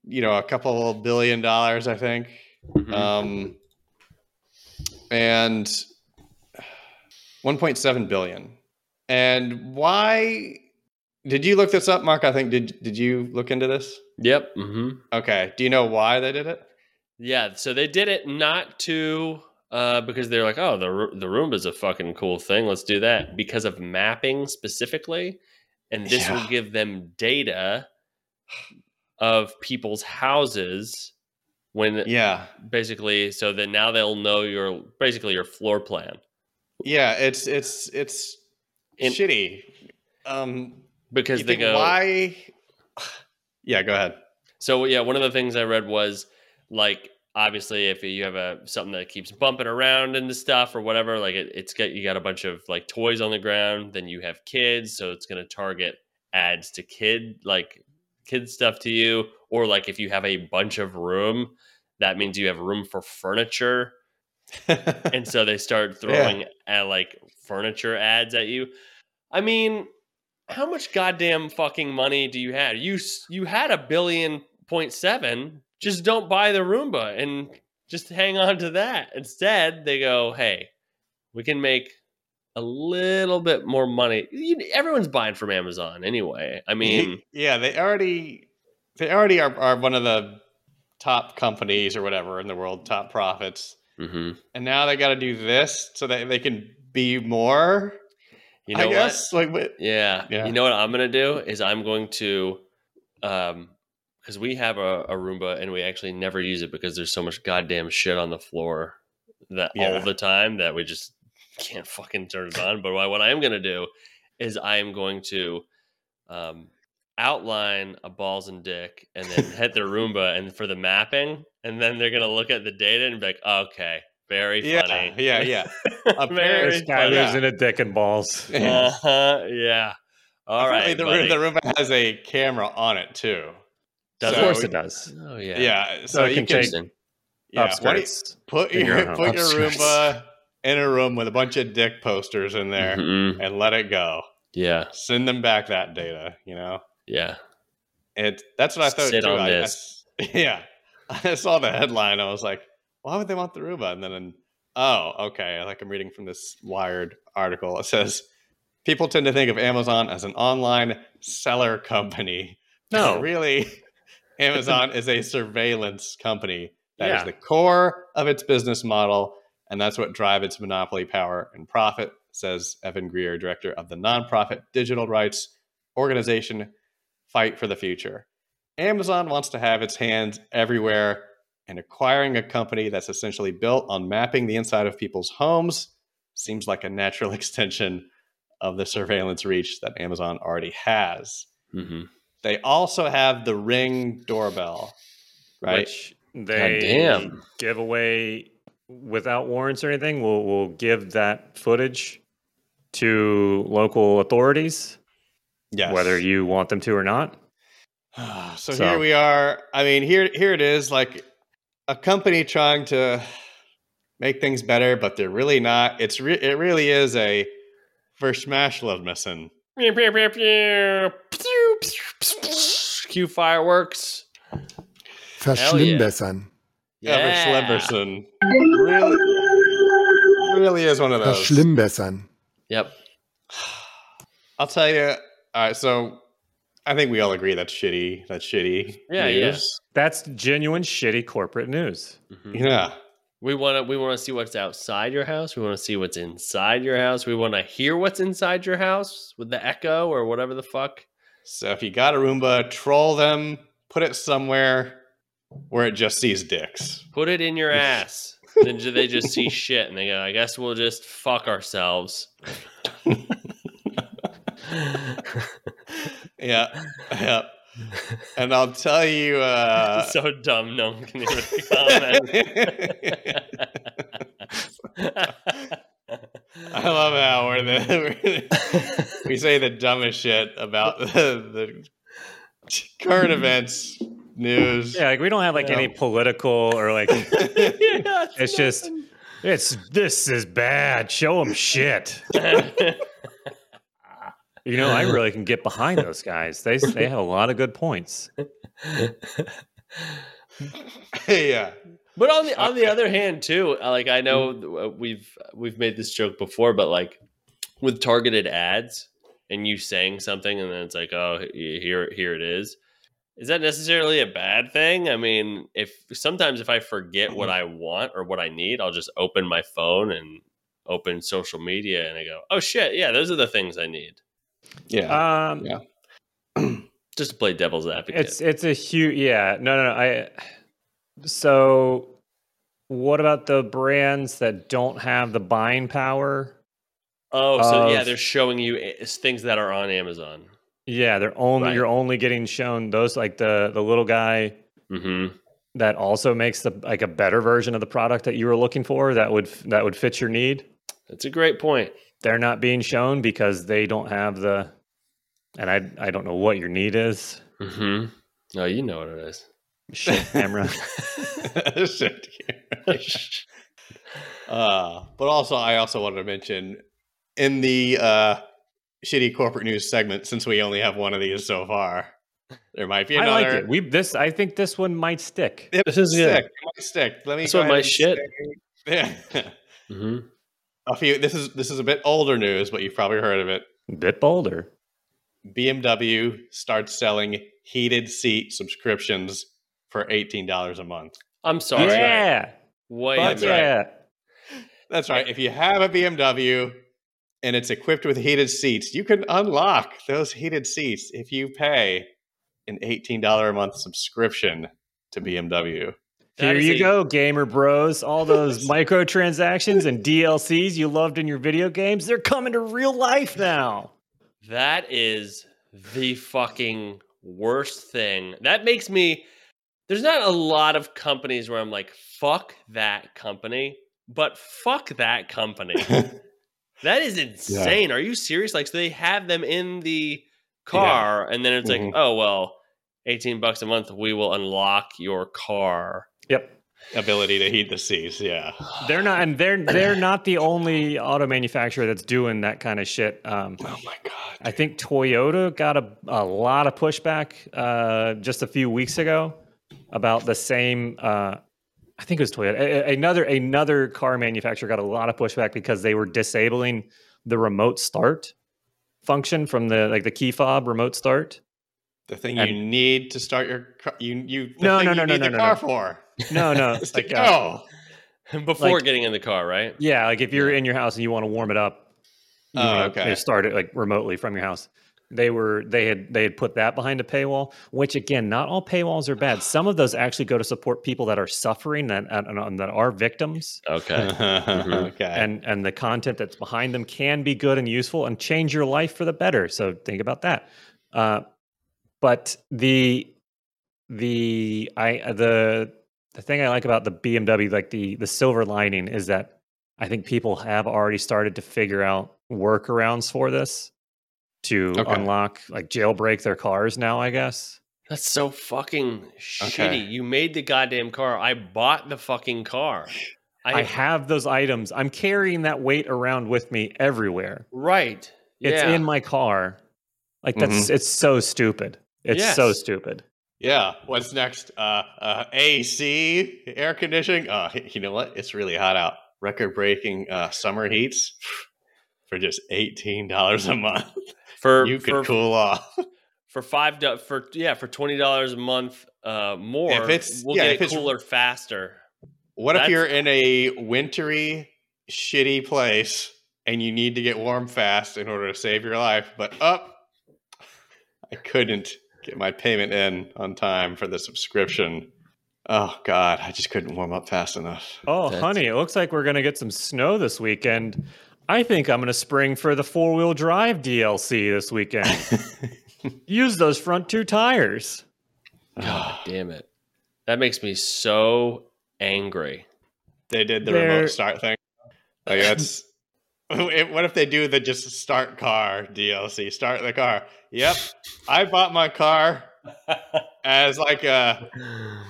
Speaker 2: you know, a couple billion dollars, I think.
Speaker 3: Mhm.
Speaker 2: Um, and 1.7 billion. And why did you look this up, Mark? I think did did you look into this?
Speaker 3: yep. hmm
Speaker 2: Okay. Do you know why they did it?
Speaker 3: Yeah, so they did it not to uh, because they're like, oh, the Ro- the Roomba's a fucking cool thing. Let's do that because of mapping specifically, and this will
Speaker 2: Yeah.
Speaker 3: give them data of people's houses when
Speaker 2: Yeah.
Speaker 3: basically so that now they'll know your basically your floor plan
Speaker 2: Yeah, it's it's it's
Speaker 3: And-
Speaker 2: shitty. Um
Speaker 3: because
Speaker 2: you
Speaker 3: they
Speaker 2: think
Speaker 3: go
Speaker 2: why Yeah, go ahead.
Speaker 3: So yeah, one of the things I read was like obviously if you have a something that keeps bumping around and the stuff or whatever, like it, it's got you got a bunch of like toys on the ground, then you have kids, so it's gonna target ads to kid like kid stuff to you, or like if you have a bunch of room, that means you have room for furniture, and so they start throwing uh, like furniture ads at you. I mean, how much goddamn fucking money do you have? You s- you had a billion point seven. Just don't buy the Roomba and just hang on to that. Instead, they go, hey, we can make a little bit more money. You, everyone's buying from Amazon anyway. I mean,
Speaker 2: yeah, they already they already are, are one of the top companies or whatever in the world, top profits.
Speaker 3: mhm.
Speaker 2: And now they gotta do this so that they can be more.
Speaker 3: you know
Speaker 2: I
Speaker 3: what?
Speaker 2: guess. Like what-
Speaker 3: Yeah.
Speaker 2: Yeah.
Speaker 3: You know what I'm gonna do is I'm going to, um, because we have a, a Roomba and we actually never use it because there's so much goddamn shit on the floor that
Speaker 2: Yeah.
Speaker 3: all the time that we just can't fucking turn it on. But what I- what I am gonna do is I am going to, um, outline a balls and dick and then hit the Roomba and for the mapping and then they're gonna look at the data and be like, okay, very
Speaker 2: yeah,
Speaker 3: funny.
Speaker 2: yeah, yeah.
Speaker 3: Very
Speaker 2: Apparently-
Speaker 1: This guy
Speaker 2: funny.
Speaker 1: lives in a dick and balls.
Speaker 3: uh-huh, yeah. All right,
Speaker 2: Apparently
Speaker 3: buddy.
Speaker 2: the, room, the Roomba has a camera on it too.
Speaker 3: Does
Speaker 1: of
Speaker 2: so-
Speaker 1: course it does.
Speaker 3: Oh
Speaker 2: Yeah.
Speaker 3: yeah.
Speaker 2: so,
Speaker 1: it
Speaker 2: you
Speaker 1: can
Speaker 2: can,
Speaker 1: take-
Speaker 3: Interesting.
Speaker 2: yeah, why don't you
Speaker 1: Upskirts.
Speaker 2: put
Speaker 1: in your
Speaker 2: your
Speaker 1: own
Speaker 2: put your
Speaker 1: upskirts.
Speaker 2: Roomba in a room with a bunch of dick posters in there
Speaker 3: Mhm.
Speaker 2: and let it go.
Speaker 3: Yeah.
Speaker 2: Send them back that data. You know,
Speaker 3: Yeah.
Speaker 2: it. That's what I thought
Speaker 3: Sit
Speaker 2: too.
Speaker 3: on
Speaker 2: I- I
Speaker 3: this.
Speaker 2: s- yeah, I saw the headline. I was like, why would they want the Roomba? And then, and- oh, okay. Like I'm reading from this Wired article. It says people tend to think of Amazon as an online seller company.
Speaker 1: No.
Speaker 2: really, Amazon is a surveillance company. That is
Speaker 1: Yeah.
Speaker 2: the core of its business model, and that's what drive its monopoly power and profit, says Evan Greer, director of the nonprofit digital rights organization Fight for the Future. Amazon wants to have its hands everywhere, and acquiring a company that's essentially built on mapping the inside of people's homes seems like a natural extension of the surveillance reach that Amazon already has.
Speaker 3: Mm-hmm.
Speaker 2: They also have the Ring doorbell, right?
Speaker 1: Which they
Speaker 3: damn.
Speaker 1: give away without warrants or anything. We'll, we'll give that footage to local authorities,
Speaker 2: yes.
Speaker 1: whether you want them to or not.
Speaker 2: so,
Speaker 1: So-
Speaker 2: here we are. I mean, here here it is, like a company trying to make things better, but they're really not. It's re- it really is a first smash missing.
Speaker 3: Cue fireworks.
Speaker 4: Verschlimmbessern.
Speaker 2: Yeah. Schlemmerson. Really, really is one of those.
Speaker 4: Verschlimmbessern.
Speaker 3: Yep.
Speaker 2: I'll tell you. All right, so I think we all agree that's shitty. That's shitty.
Speaker 3: Yeah, yeah.
Speaker 2: news.
Speaker 1: That's genuine shitty corporate news.
Speaker 3: Mhm.
Speaker 2: yeah.
Speaker 3: We want to we want to see what's outside your house. We want to see what's inside your house. We want to hear what's inside your house with the echo or whatever the fuck.
Speaker 2: So if you got a Roomba, troll them. Put it somewhere where it just sees dicks.
Speaker 3: Put it in your ass. then ju- they just see shit and they go, I guess we'll just fuck ourselves.
Speaker 2: Yeah, yeah. And I'll tell you. Uh,
Speaker 3: so dumb, no one can even comment.
Speaker 2: I love how we're the, we're the- we say the dumbest shit about the, the current events news.
Speaker 1: Yeah, like we don't have like any political or like
Speaker 3: Yeah,
Speaker 1: it's just it's this is bad. Show them shit.
Speaker 3: nothing.
Speaker 1: You know, I really can get behind those guys. They they have a lot of good points.
Speaker 2: yeah.
Speaker 3: But on the on the other hand, too, uh, like I know uh, we've we've made this joke before, but like with targeted ads and you saying something, and then it's like, oh, h- here here it is. Is that necessarily a bad thing? I mean, if sometimes if I forget what I want or what I need, I'll just open my phone and open social media, and I go, oh shit, yeah, those are the things I need.
Speaker 2: Yeah.
Speaker 1: Um,
Speaker 2: Yeah.
Speaker 3: Just to play devil's advocate.
Speaker 1: it's it's a huge yeah. No, no, no. I so what about the brands that don't have the buying power?
Speaker 3: oh, so yeah,
Speaker 1: of-
Speaker 3: they're showing you a- it's things that are on Amazon.
Speaker 1: Yeah, they're only
Speaker 3: Right.
Speaker 1: you're only getting shown those like the the little guy
Speaker 3: hmm
Speaker 1: that also makes the like a better version of the product that you were looking for that would that would fit your need.
Speaker 3: That's a great point.
Speaker 1: They're not being shown because they don't have the and I I don't know what your need is.
Speaker 3: Mm-hmm. No, you know what it is.
Speaker 1: Shit camera.
Speaker 2: Shit. uh, but also, I also wanted to mention in the uh, shitty corporate news segment, since we only have one of these so far, there might be
Speaker 1: I
Speaker 2: another.
Speaker 1: like it. We this I think this one might stick.
Speaker 2: It
Speaker 3: This is
Speaker 2: might
Speaker 3: good.
Speaker 2: stick. It might stick. Let me.
Speaker 3: That's
Speaker 2: go
Speaker 3: what
Speaker 2: ahead
Speaker 3: my
Speaker 2: and
Speaker 3: shit-
Speaker 2: say- Yeah.
Speaker 3: Mm-hmm.
Speaker 2: A few. This is this is a bit older news, but you've probably heard of it.
Speaker 1: Bit bolder.
Speaker 2: BMW starts selling heated seat subscriptions for eighteen dollars a month.
Speaker 3: I'm sorry.
Speaker 1: Yeah.
Speaker 3: Wait
Speaker 1: Fuck
Speaker 3: a minute.
Speaker 1: yeah.
Speaker 2: That's right. If you have a BMW and it's equipped with heated seats, you can unlock those heated seats if you pay an $18 a month subscription to BMW.
Speaker 3: That
Speaker 1: Here
Speaker 3: is
Speaker 1: you
Speaker 3: a-
Speaker 1: go, gamer bros. All those microtransactions and DLCs you loved in your video games, they're coming to real life now.
Speaker 3: That is the fucking worst thing. That makes me. There's not a lot of companies where I'm like, fuck that company, but fuck that company. that is insane. Are you serious? Like, so they have them in the car, and then it's
Speaker 2: Mhm.
Speaker 3: like, oh well, eighteen bucks a month, we will unlock your car.
Speaker 1: Yep.
Speaker 2: Ability to heat the seas. Yeah.
Speaker 1: They're not, and they're they're not the only auto manufacturer that's doing that kind of shit. Um,
Speaker 2: Oh my god.
Speaker 1: I think Toyota got a, a lot of pushback uh, just a few weeks ago about the same. Uh, I think it was Toyota. A- a- another another car manufacturer got a lot of pushback because they were disabling the remote start function from the like the key fob remote start.
Speaker 2: The thing you
Speaker 1: And-
Speaker 2: need to start your car. You you. The
Speaker 1: No,
Speaker 2: thing
Speaker 1: no, no,
Speaker 2: you
Speaker 1: no,
Speaker 2: need
Speaker 1: no,
Speaker 2: the
Speaker 1: no,
Speaker 2: car
Speaker 1: no.
Speaker 2: for.
Speaker 1: No, no,
Speaker 2: It's
Speaker 1: like,
Speaker 2: like
Speaker 1: uh,
Speaker 2: oh.
Speaker 3: Before
Speaker 1: Like-
Speaker 3: getting in the car, right?
Speaker 1: yeah, like if you're in your house and you want to warm it up, you
Speaker 2: Oh,
Speaker 1: wanna,
Speaker 2: okay.
Speaker 1: you know, start it like remotely from your house. They were they had they had put that behind a paywall, which again, not all paywalls are bad. Some of those actually go to support people that are suffering and, and, and that are victims.
Speaker 3: Okay.
Speaker 2: okay.
Speaker 1: And and the content that's behind them can be good and useful and change your life for the better. So think about that. Uh, but the the I the the thing I like about the BMW, like the the silver lining, is that I think people have already started to figure out workarounds for this to
Speaker 2: Okay.
Speaker 1: unlock like jailbreak their cars now. I guess.
Speaker 3: That's so fucking
Speaker 2: Okay.
Speaker 3: shitty. You made the goddamn car. I bought the fucking car. I,
Speaker 1: I have those items. I'm carrying that weight around with me everywhere.
Speaker 3: right.
Speaker 1: It's
Speaker 3: yeah. Mm-hmm.
Speaker 1: in my car. Like that's it's so stupid. It's so
Speaker 3: Yes.
Speaker 1: stupid.
Speaker 2: Yeah. What's next? Uh, uh, AC, air conditioning. Uh, you know what? It's really hot out. Record breaking uh, summer heats for just $18 a month.
Speaker 3: for
Speaker 2: you could
Speaker 3: for,
Speaker 2: cool off.
Speaker 3: for five do- for yeah for twenty dollars a month uh, more.
Speaker 2: If it's-
Speaker 3: we'll
Speaker 2: yeah,
Speaker 3: get
Speaker 2: if
Speaker 3: it
Speaker 2: it's-
Speaker 3: cooler faster.
Speaker 2: What if
Speaker 3: That's-
Speaker 2: you're in a wintry, shitty place and you need to get warm fast in order to save your life? But up, I couldn't get my payment in on time for the subscription. Oh God, I just couldn't warm up fast enough.
Speaker 1: Oh,
Speaker 3: That's-
Speaker 1: honey, it looks like we're gonna get some snow this weekend. I think I'm gonna spring for the four wheel drive DLC this weekend. Use those front two tires.
Speaker 3: God damn it. That makes me so angry.
Speaker 2: they did the
Speaker 1: They're-
Speaker 2: remote start thing. Like that's It- what if they do the just start car DLC? Start the car. Yep, I bought my car as like a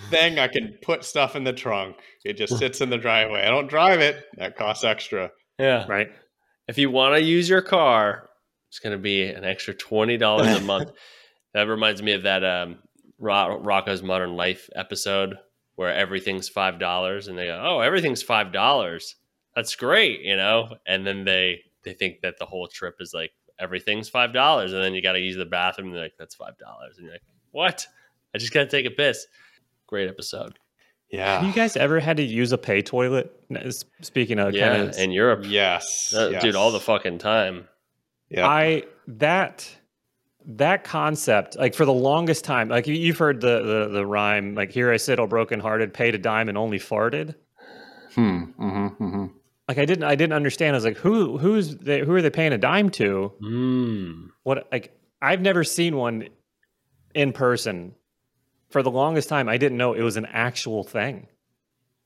Speaker 2: thing I can put stuff in the trunk. It just sits in the driveway. I don't drive it. That costs extra.
Speaker 3: Yeah.
Speaker 1: Right.
Speaker 3: If you want to use your car, it's going to be an extra twenty dollars a month. that reminds me of that um, Ro- Rocco's Modern Life episode where everything's five dollars, and they go, "Oh, everything's five dollars. That's great," you know. And then they they think that the whole trip is like everything's five dollars, and then you got to use the bathroom. And they're like, "That's five dollars," and you're like, "What? I just got to take a piss." Great episode.
Speaker 1: Have you
Speaker 2: Yeah.
Speaker 1: guys ever had to use a pay toilet? N- s- Speaking of
Speaker 3: yeah,
Speaker 1: kind of
Speaker 3: in Europe,
Speaker 2: Yes,
Speaker 3: Uh, dude, all the
Speaker 2: yes.
Speaker 3: fucking time.
Speaker 2: Yeah.
Speaker 1: I that that concept like for the longest time like you, you've heard the, the the rhyme like here I sit all broken hearted paid a dime and only farted
Speaker 2: Hmm, mhm, mhm.
Speaker 1: like I didn't I didn't understand I was like who who's they, who are they paying a dime to
Speaker 3: Mm.
Speaker 1: what like I've never seen one in person for the longest time I didn't know it was an actual thing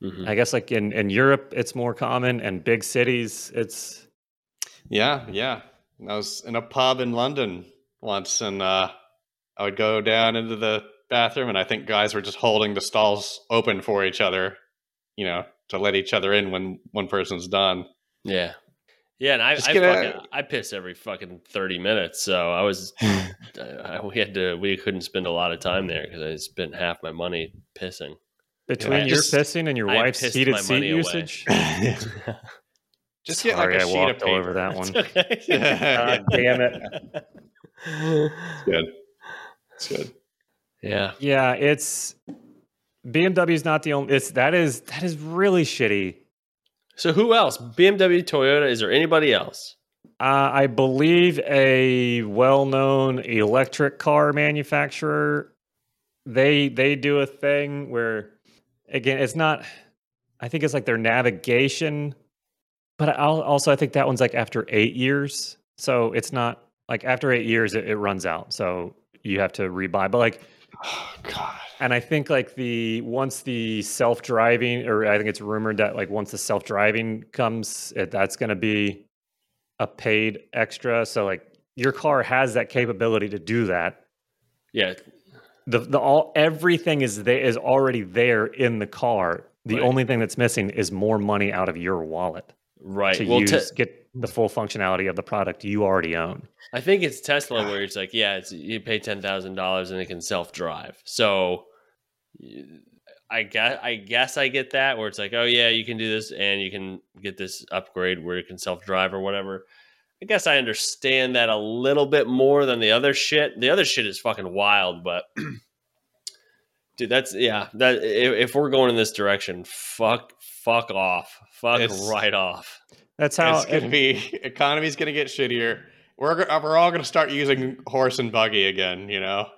Speaker 3: Mhm.
Speaker 2: mm-hmm. Hmm.
Speaker 1: I guess like in in Europe it's more common and big cities it's
Speaker 2: Yeah, yeah. I was in a pub in London once, and uh, I would go down into the bathroom, and I think guys were just holding the stalls open for each other, you know, to let each other in when one person's done.
Speaker 3: Yeah. Yeah, and I, I,
Speaker 2: Just get a-
Speaker 3: fucking, I piss every fucking thirty minutes, so I was, uh, I, we had to, we couldn't spend a lot of time there because I spent half my money pissing.
Speaker 1: between
Speaker 2: I
Speaker 1: your
Speaker 2: just-
Speaker 1: pissing and your
Speaker 3: I
Speaker 1: wife's
Speaker 3: pissed
Speaker 1: heated
Speaker 3: my
Speaker 1: seat
Speaker 3: money away.
Speaker 1: usage
Speaker 2: just get like
Speaker 1: Sorry,
Speaker 2: a
Speaker 1: I
Speaker 2: sheet of
Speaker 1: walked all over
Speaker 2: paper.
Speaker 1: that one
Speaker 3: It's okay.
Speaker 1: God damn it
Speaker 2: It's good.
Speaker 3: yeah,
Speaker 1: Yeah, it's BMW's not the only. It's that is that is really shitty.
Speaker 3: So who else? BMW, Toyota. Is there anybody else?
Speaker 1: Uh, I believe a well-known electric car manufacturer. They they do a thing where, again, it's not. I think it's like their navigation, but I'll, also I think that one's like after eight years, so it's not like after eight years it, it runs out, so you have to rebuy. But like
Speaker 2: Oh God.
Speaker 1: And I think like the once the self driving, or I think it's rumored that like once the eh, self driving comes, it, that's going to be a paid extra. So like your car has that capability to do that.
Speaker 3: Yeah,
Speaker 1: The the all everything is there is already there in the car. The
Speaker 3: Right.
Speaker 1: only thing that's missing is more money out of your wallet
Speaker 3: right.
Speaker 1: to
Speaker 3: well, te-
Speaker 1: use get the full functionality of the product you already own.
Speaker 3: I think it's Tesla where it's like, yeah, it's, you pay ten thousand dollars and it can self drive. So, y- I guess I guess I get that where it's like, oh yeah, you can do this and you can get this upgrade where it can self drive or whatever. I guess I understand that a little bit more than the other shit. The other shit is fucking wild, but dude, that's yeah. That if, if we're going in this direction, fuck, fuck off, fuck
Speaker 2: It's-
Speaker 3: right off.
Speaker 1: That's how
Speaker 2: it's gonna
Speaker 1: and-
Speaker 2: be economy's gonna get shittier. We're g- we're all gonna start using horse and buggy again. You know,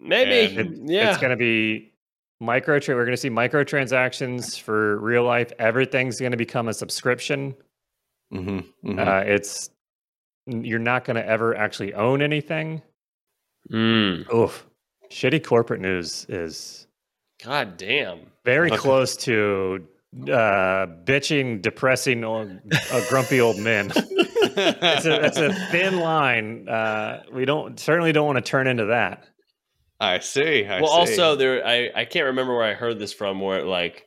Speaker 3: Maybe,
Speaker 1: And
Speaker 3: yeah.
Speaker 1: It's going to be micro. We're going to see microtransactions for real life. Everything's going to become a subscription.
Speaker 2: mm-hmm,
Speaker 1: Uh, it's you're not going to ever actually own anything.
Speaker 3: Mm.
Speaker 1: Oof. Shitty corporate news is
Speaker 3: God damn.
Speaker 1: very
Speaker 2: Okay.
Speaker 1: close to uh, bitching, depressing, old, uh, grumpy old men. It's a, that's a thin line. Uh, we don't certainly don't want to turn into that.
Speaker 2: I see. I
Speaker 3: well,
Speaker 2: see.
Speaker 3: also there, I I can't remember where I heard this from. Where like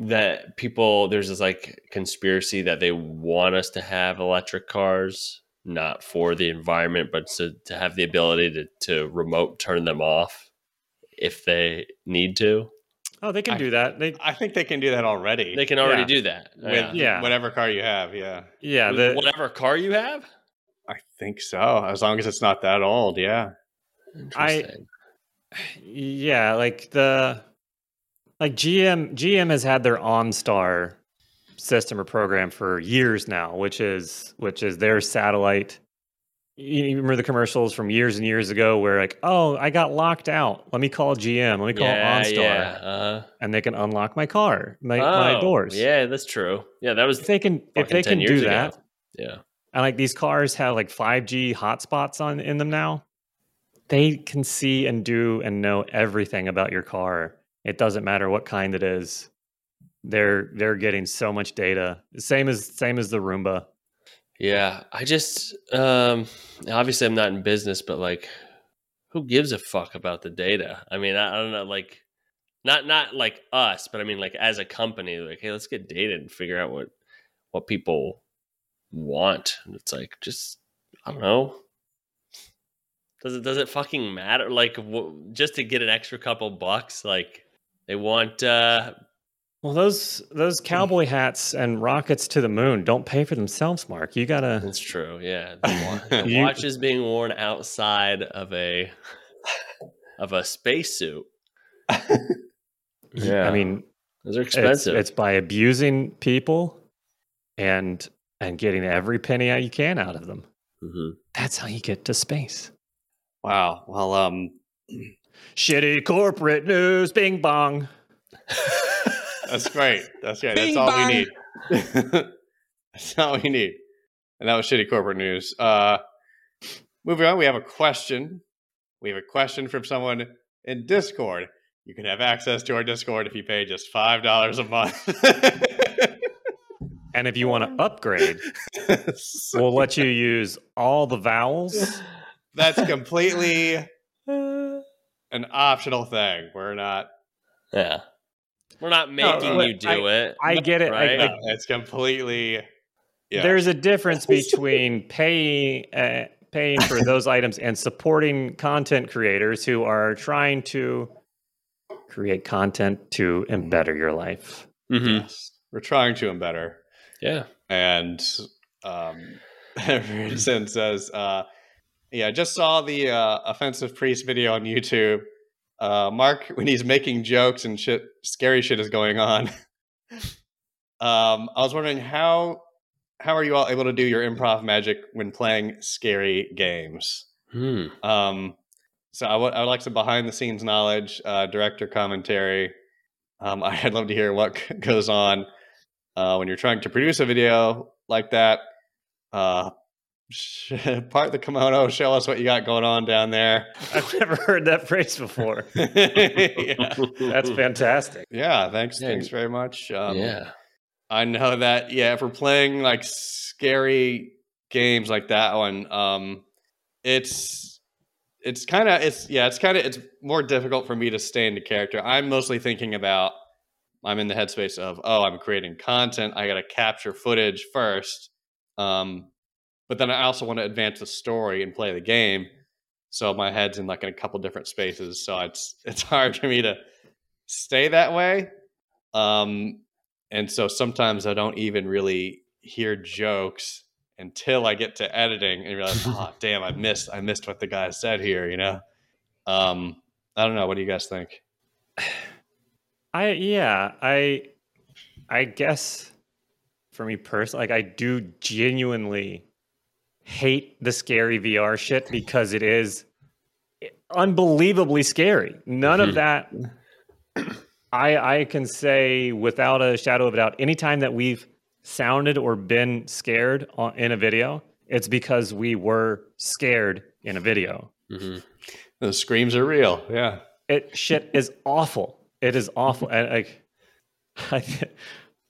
Speaker 3: that people there's this like conspiracy that they want us to have electric cars, not for the environment, but to to have the ability to to remote turn them off if they need to.
Speaker 1: Oh, they can
Speaker 2: I-
Speaker 1: do that. They
Speaker 2: I think they can do that already.
Speaker 3: They can already
Speaker 1: Yeah.
Speaker 3: do that
Speaker 2: with
Speaker 1: Yeah.
Speaker 2: whatever car you have. Yeah,
Speaker 1: yeah.
Speaker 3: With
Speaker 1: The,
Speaker 3: whatever car you have.
Speaker 2: I think so. As long as it's not that old. Yeah.
Speaker 1: I-
Speaker 3: Interesting.
Speaker 1: Yeah, like the like GM GM has had their OnStar system or program for years now, which is which is their satellite. You you remember the commercials from years and years ago where like, oh, I got locked out. Let me call GM. Let me call OnStar,
Speaker 3: uh-huh.
Speaker 1: and they can unlock my car, my, my
Speaker 3: Oh,
Speaker 1: doors.
Speaker 3: Yeah, that's true. Yeah, that was
Speaker 1: if they can if
Speaker 3: fucking
Speaker 1: they
Speaker 3: 10
Speaker 1: can do
Speaker 3: years ago.
Speaker 1: that,
Speaker 3: Yeah.
Speaker 1: and like these cars have like 5G hotspots on in them now. They can see and do and know everything about your car. It doesn't matter what kind it is. They're they're getting so much data. Same as same as the Roomba.
Speaker 3: Yeah, I just um obviously I'm not in business, but like who gives a fuck about the data? I mean, I, I don't know, like not not like us, but I mean like as a company, like hey, let's get data and figure out what what people want. And it's like just I don't know. Does it does it fucking matter? Like w- just to get an extra couple bucks, like they want uh
Speaker 1: Well, those those
Speaker 3: Hmm.
Speaker 1: cowboy hats and rockets to the moon don't pay for themselves, Mark. You gotta
Speaker 3: That's true. Yeah, the, wa- the
Speaker 1: You-
Speaker 3: watch is being worn outside of a of a spacesuit. Mm, Yeah,
Speaker 1: I mean
Speaker 3: those are
Speaker 1: it's,
Speaker 3: expensive.
Speaker 1: it's by abusing people and and getting every penny out you can out of them.
Speaker 3: Mhm.
Speaker 1: That's how you get to space.
Speaker 2: Wow. Well, um,
Speaker 1: Shitty corporate news, bing bong.
Speaker 3: Mm-hmm.
Speaker 2: that's great. That's great.
Speaker 3: Bing
Speaker 2: that's all
Speaker 3: bong.
Speaker 2: we need. that's all we need. And that was shitty corporate news. Uh, moving on, we have a question. We have a question from someone in Discord. You can have access to our Discord if you pay just five dollars a month.
Speaker 1: And if you want to upgrade,
Speaker 2: So
Speaker 1: we'll let you use all the vowels.
Speaker 2: that's completely an optional thing. We're not.
Speaker 3: yeah, we're not making
Speaker 1: but
Speaker 3: you do it.
Speaker 1: I get it. I- I-
Speaker 3: Right.
Speaker 2: It's completely. Yeah.
Speaker 1: There's a difference between paying uh, paying for those items and supporting content creators who are trying to create content to better your life.
Speaker 3: Mhm.
Speaker 2: Yes. We're trying to better.
Speaker 3: Yeah,
Speaker 2: and um, Richardson says, uh, "Yeah, I just saw the uh, offensive priest video on YouTube. Uh, Mark, when he's making jokes and shit, scary shit is going on. um, I was wondering how how are you all able to do your improv magic when playing scary games?
Speaker 3: Hmm.
Speaker 2: Um, so I would I would like some behind the scenes knowledge, uh, director commentary. Um, I'd love to hear what goes on uh, when you're trying to produce a video like that. Uh, sh- part the kimono, show us what you got going on down there.
Speaker 1: I've never heard that phrase before.
Speaker 2: yeah.
Speaker 1: That's fantastic.
Speaker 2: Yeah, thanks,
Speaker 3: Yeah,
Speaker 2: thanks very much. Um,
Speaker 3: yeah.
Speaker 2: I know that. Yeah, if we're playing like scary games like that one, um, it's it's kind of it's yeah it's kind of it's more difficult for me to stay into character i'm mostly thinking about i'm in the headspace of oh i'm creating content i gotta capture footage first um but then i also want to advance the story and play the game so my head's in like in a couple different spaces so it's it's hard for me to stay that way um and so sometimes i don't even really hear jokes until I get to editing and realize, oh damn, I missed I missed what the guy said here, you know? Um, I don't know. What do you guys think?
Speaker 1: I yeah, I I guess for me personally, like I do genuinely hate the scary VR shit because it is unbelievably scary. None of that I I can say without a shadow of a doubt anytime that we've sounded or been scared on, in a video, it's because we were scared in a video.
Speaker 3: Mm-hmm.
Speaker 2: Those screams are real. Yeah.
Speaker 1: It shit is awful. It is awful. And like, I, th-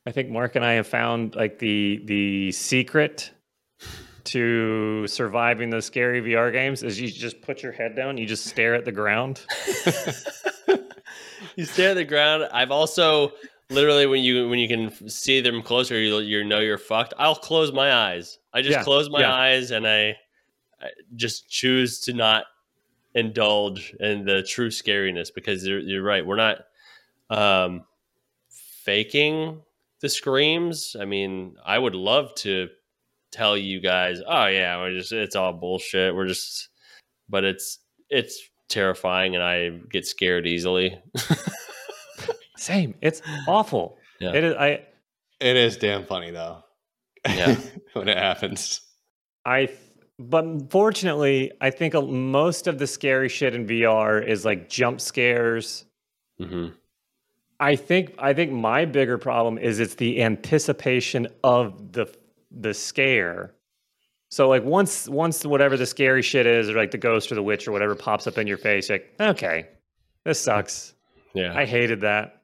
Speaker 1: I think Mark and I have found like the the secret to surviving those scary VR games is you just put your head down, you just stare at the ground.
Speaker 3: you stare at the ground. I've also literally when you when you can f- see them closer, you you know you're fucked. I'll close my eyes. I just
Speaker 1: Yeah,
Speaker 3: close my
Speaker 1: yeah.
Speaker 3: eyes and I, I just choose to not indulge in the true scariness because you're, you're right. We're not um, faking the screams. I mean, I would love to tell you guys, oh yeah, we're just it's all bullshit. We're just, but it's it's terrifying and I get scared easily.
Speaker 1: Same. It's awful.
Speaker 3: Yeah.
Speaker 1: It is. I
Speaker 2: It is damn funny though.
Speaker 3: Yeah.
Speaker 2: when it happens.
Speaker 1: I. th- But fortunately, I think a- most of the scary shit in VR is like jump scares.
Speaker 3: hmm
Speaker 1: I think I think my bigger problem is it's the anticipation of the the scare. So like once once whatever the scary shit is, or like the ghost or the witch or whatever pops up in your face, you're like okay, this sucks.
Speaker 3: Yeah.
Speaker 1: I hated that,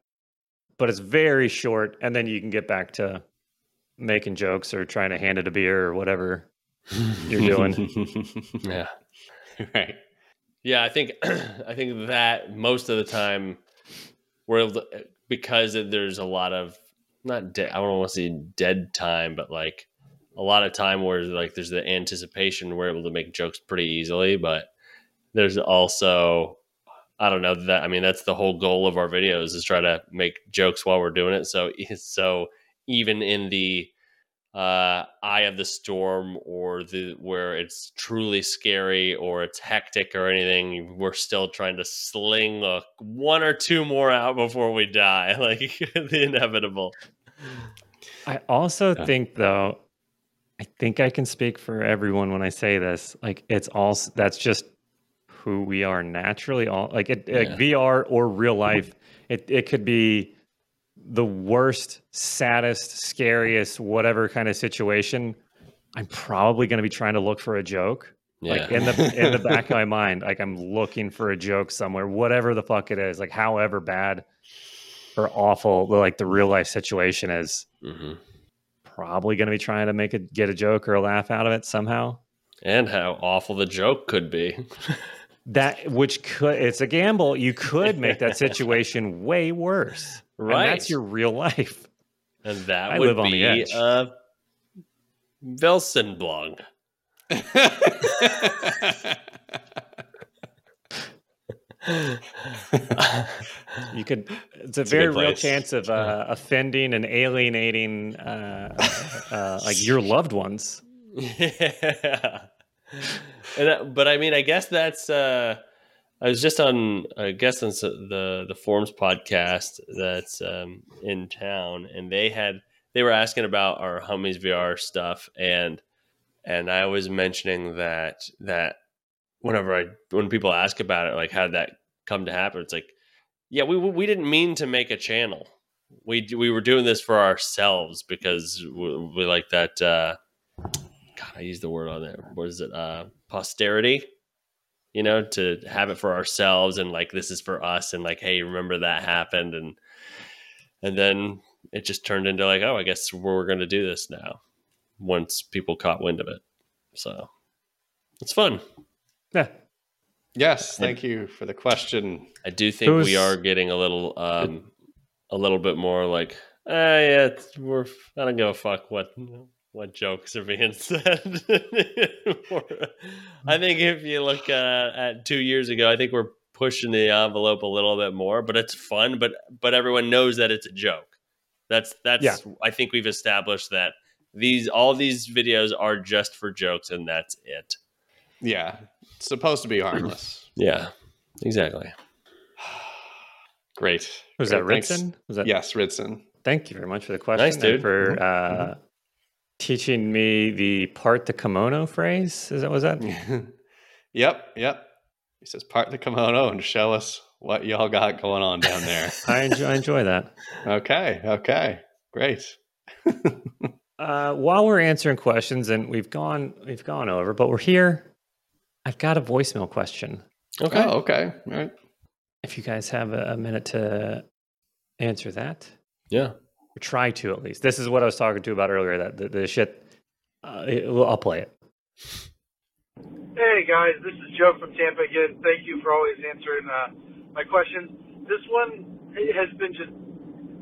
Speaker 1: but it's very short, and then you can get back to making jokes or trying to hand it a beer or whatever you're doing.
Speaker 3: yeah.
Speaker 2: right.
Speaker 3: Yeah, I think I think that most of the time we're able to, because there's a lot of not dead. I don't want to say dead time, but like a lot of time where like there's the anticipation. We're able to make jokes pretty easily, but there's also I don't know that I mean that's the whole goal of our videos is try to make jokes while we're doing it. So e, so even in the uh, eye of the storm or the where it's truly scary or it's hectic or anything, we're still trying to sling a, one or two more out before we die, like the inevitable.
Speaker 1: I also
Speaker 2: Yeah.
Speaker 1: think though, I think I can speak for everyone when I say this. Like it's all s- that's just who we are naturally. All like it,
Speaker 3: Yeah.
Speaker 1: like VR or real life. It it could be the worst, saddest, scariest, whatever kind of situation. I'm probably going to be trying to look for a joke. Like in the in the back of my mind, like I'm looking for a joke somewhere, whatever the fuck it is, like however bad or awful like the real life situation is
Speaker 3: hmm
Speaker 1: probably going to be trying to make it get a joke or a laugh out of it somehow.
Speaker 3: And how awful the joke could be.
Speaker 1: That which could it's a gamble. You could make that situation way worse. And
Speaker 3: Right.
Speaker 1: that's your real life.
Speaker 3: And that
Speaker 1: I live
Speaker 3: would be
Speaker 1: on the edge.
Speaker 3: uh Velsenblong.
Speaker 1: You could it's a
Speaker 2: a good
Speaker 1: very real
Speaker 2: place.
Speaker 1: chance of uh, offending and alienating uh, uh, like your loved ones.
Speaker 3: yeah. And that, but I mean, I guess that's. Uh, I was just on, I guess, on s- the the forums podcast that's um, in town, and they had they were asking about our homies VR stuff, and and I was mentioning that that whenever I when people ask about it, like how did that come to happen, it's like, yeah, we we didn't mean to make a channel. We d- we were doing this for ourselves because we, we like that. Uh, God, I use the word on there. What is it? Uh, posterity. You know, to have it for ourselves and like this is for us and like, hey, remember that happened and and then it just turned into like, oh, I guess we're going to do this now. Once people caught wind of it, so it's fun.
Speaker 1: Yeah.
Speaker 2: Yes, thank you for the question.
Speaker 3: I do think we
Speaker 1: Who's-
Speaker 3: are getting a little, um, a little bit more like, ah, yeah, it's- we're. I don't give a fuck what what jokes are being said. I think if you look uh, at two years ago, I think we're pushing the envelope a little bit more, but it's fun. But but everyone knows that it's a joke. That's that's. I think we've established that these all these videos are just for jokes, and that's it.
Speaker 2: Yeah, it's supposed to be harmless.
Speaker 3: Yeah, exactly.
Speaker 2: Great.
Speaker 1: Was
Speaker 2: Great,
Speaker 1: that
Speaker 2: thanks.
Speaker 1: Rinson? Was that
Speaker 2: Yes, Ridson.
Speaker 1: Thank you very much for the question. and
Speaker 3: dude.
Speaker 1: for uh, teaching me the part the kimono phrase. Is that was that?
Speaker 2: yep, yep. He says, part the kimono and show us what y'all got going on down there.
Speaker 1: I enjoy, I enjoy that.
Speaker 2: okay, okay. Great.
Speaker 1: Uh, while we're answering questions, and we've gone we've gone over, but we're here. I've got a voicemail question.
Speaker 3: Okay.
Speaker 2: Oh, okay. All right.
Speaker 1: If you guys have a, a minute to answer that,
Speaker 3: Yeah.
Speaker 1: or try to at least. This is what I was talking to about earlier. That the, the shit. Uh, it- well, I'll play it.
Speaker 5: Hey guys, this is Joe from Tampa again. Thank you for always answering uh, my questions. This one has been just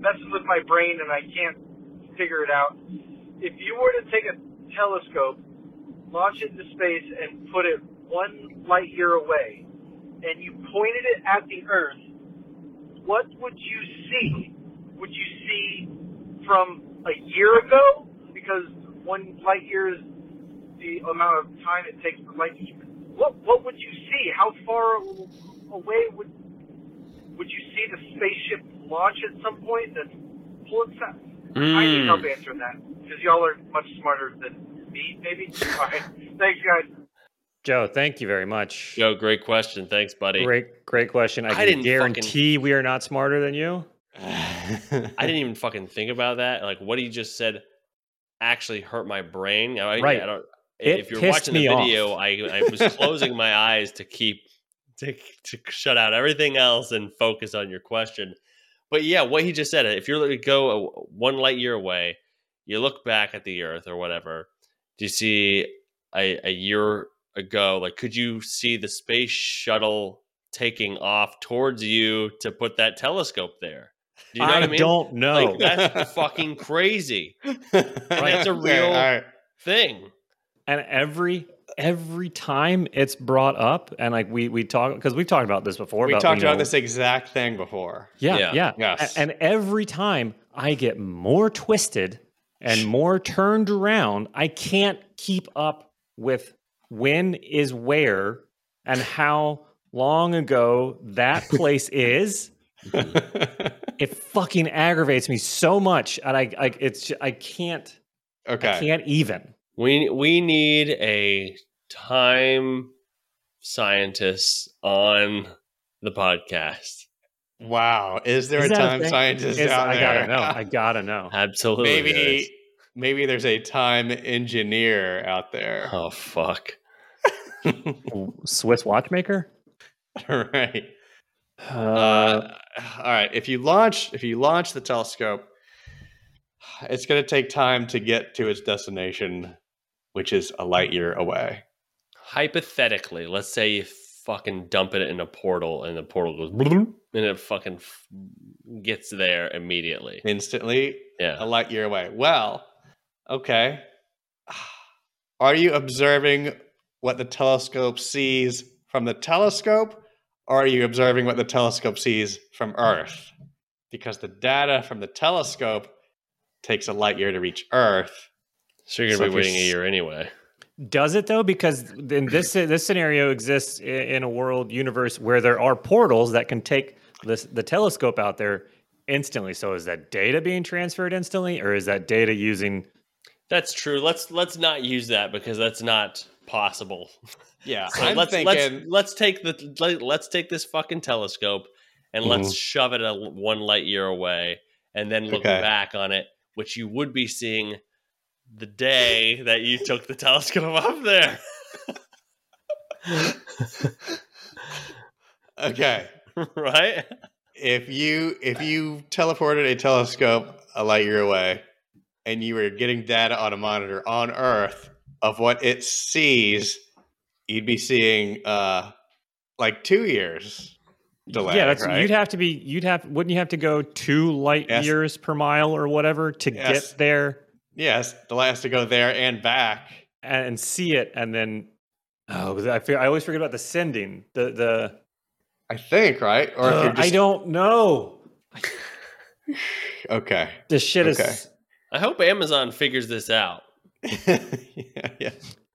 Speaker 5: messing with my brain and I can't figure it out. If you were to take a telescope, launch it into space, and put it one light year away, and you pointed it at the Earth, what would you see? Would you see from a year ago? Because one light year is the amount of time it takes for light. to- What what would you see? How far away would would you see the spaceship launch at some point? That's pulling stuff. I need help answering that because y'all are much smarter than me. Maybe. All right. Thanks, guys.
Speaker 1: Joe, thank you very much.
Speaker 3: Joe, great question. Thanks, buddy.
Speaker 1: Great, great question. I,
Speaker 3: I
Speaker 1: can
Speaker 3: didn't fucking-
Speaker 1: guarantee we are not smarter than you.
Speaker 3: I didn't even fucking think about that. Like what he just said actually hurt my brain. I,
Speaker 1: Right.
Speaker 3: I don't,
Speaker 1: It
Speaker 3: if you're
Speaker 1: pissed
Speaker 3: watching the
Speaker 1: me off.
Speaker 3: video, I, I was closing my eyes to keep to, to shut out everything else and focus on your question. But yeah, what he just said, if you're to go a, one light year away, you look back at the earth or whatever, do you see a, a year ago, like could you see the space shuttle taking off towards you to put that telescope there? Do you know
Speaker 1: I
Speaker 3: what I mean?
Speaker 1: don't know.
Speaker 2: Oh.
Speaker 3: Like, that's fucking crazy
Speaker 2: That's
Speaker 3: a real-
Speaker 2: All right.
Speaker 3: thing.
Speaker 1: and every every time it's brought up, and like we we talk because we've talked about this before.
Speaker 2: We
Speaker 1: about,
Speaker 2: talked
Speaker 1: you know,
Speaker 2: about this exact thing before.
Speaker 1: Yeah,
Speaker 3: Yeah.
Speaker 1: yeah.
Speaker 2: Yes.
Speaker 1: A- And every time I get more twisted and more turned around, I can't keep up with when is where and how long ago that place is. It fucking aggravates me so much, and I, I it's I can't I
Speaker 2: okay.
Speaker 1: can't even.
Speaker 3: We we need a time scientist on the podcast.
Speaker 2: Wow. Is there
Speaker 1: Is
Speaker 2: a
Speaker 1: that a
Speaker 2: time
Speaker 1: thing?
Speaker 2: scientist
Speaker 1: It's-
Speaker 2: out
Speaker 1: I gotta
Speaker 2: there?
Speaker 1: know. I gotta know.
Speaker 3: Absolutely.
Speaker 2: maybe
Speaker 3: there is.
Speaker 2: maybe there's a time engineer out there.
Speaker 3: Oh fuck.
Speaker 1: Swiss watchmaker.
Speaker 2: All right.
Speaker 1: Uh,
Speaker 2: Uh, all right. If you launch if you launch the telescope, it's going to take time to get to its destination, which is a light year away.
Speaker 3: Hypothetically, let's say you fucking dump it in a portal and the portal goes bloop, and it fucking f- gets there immediately.
Speaker 2: Instantly, a
Speaker 3: Yeah.
Speaker 2: light year away. Well, okay. Are you observing what the telescope sees from the telescope, or are you observing what the telescope sees from Earth? Because the data from the telescope takes a light year to reach Earth.
Speaker 3: So you're
Speaker 2: So
Speaker 3: gonna
Speaker 2: if
Speaker 3: be
Speaker 2: you're
Speaker 3: waiting a
Speaker 2: s-
Speaker 3: year anyway.
Speaker 1: Does it though? Because in this this scenario exists i- in a world universe where there are portals that can take this the telescope out there instantly. So is that data being transferred instantly, or is that data using?
Speaker 3: That's true. Let's let's not use that because that's not possible.
Speaker 2: Yeah,
Speaker 3: So
Speaker 2: I'm
Speaker 3: let's
Speaker 2: thinking.
Speaker 3: let's let's take the let, let's take this fucking telescope and let's shove it a l- one light year away and then look
Speaker 2: Okay.
Speaker 3: back on it, which you would be seeing the day that you took the telescope up there.
Speaker 2: Okay,
Speaker 3: right?
Speaker 2: if you if you teleported a telescope a light year away, and you were getting data on a monitor on Earth of what it sees you'd be seeing uh like two years delay.
Speaker 1: yeah, that's
Speaker 2: right?
Speaker 1: you'd have to be you'd have wouldn't you have to go two light
Speaker 2: Yes.
Speaker 1: years per mile or whatever to
Speaker 2: Yes.
Speaker 1: get there
Speaker 2: yes, delay has to go there and back.
Speaker 1: and see it and then oh but I feel I always forget about the sending the the
Speaker 2: I think, right? Or if
Speaker 1: Uh,
Speaker 2: you're just
Speaker 1: I don't know
Speaker 2: okay.
Speaker 1: the shit
Speaker 2: Okay.
Speaker 1: is
Speaker 3: I hope Amazon figures this out.
Speaker 2: yeah, yeah.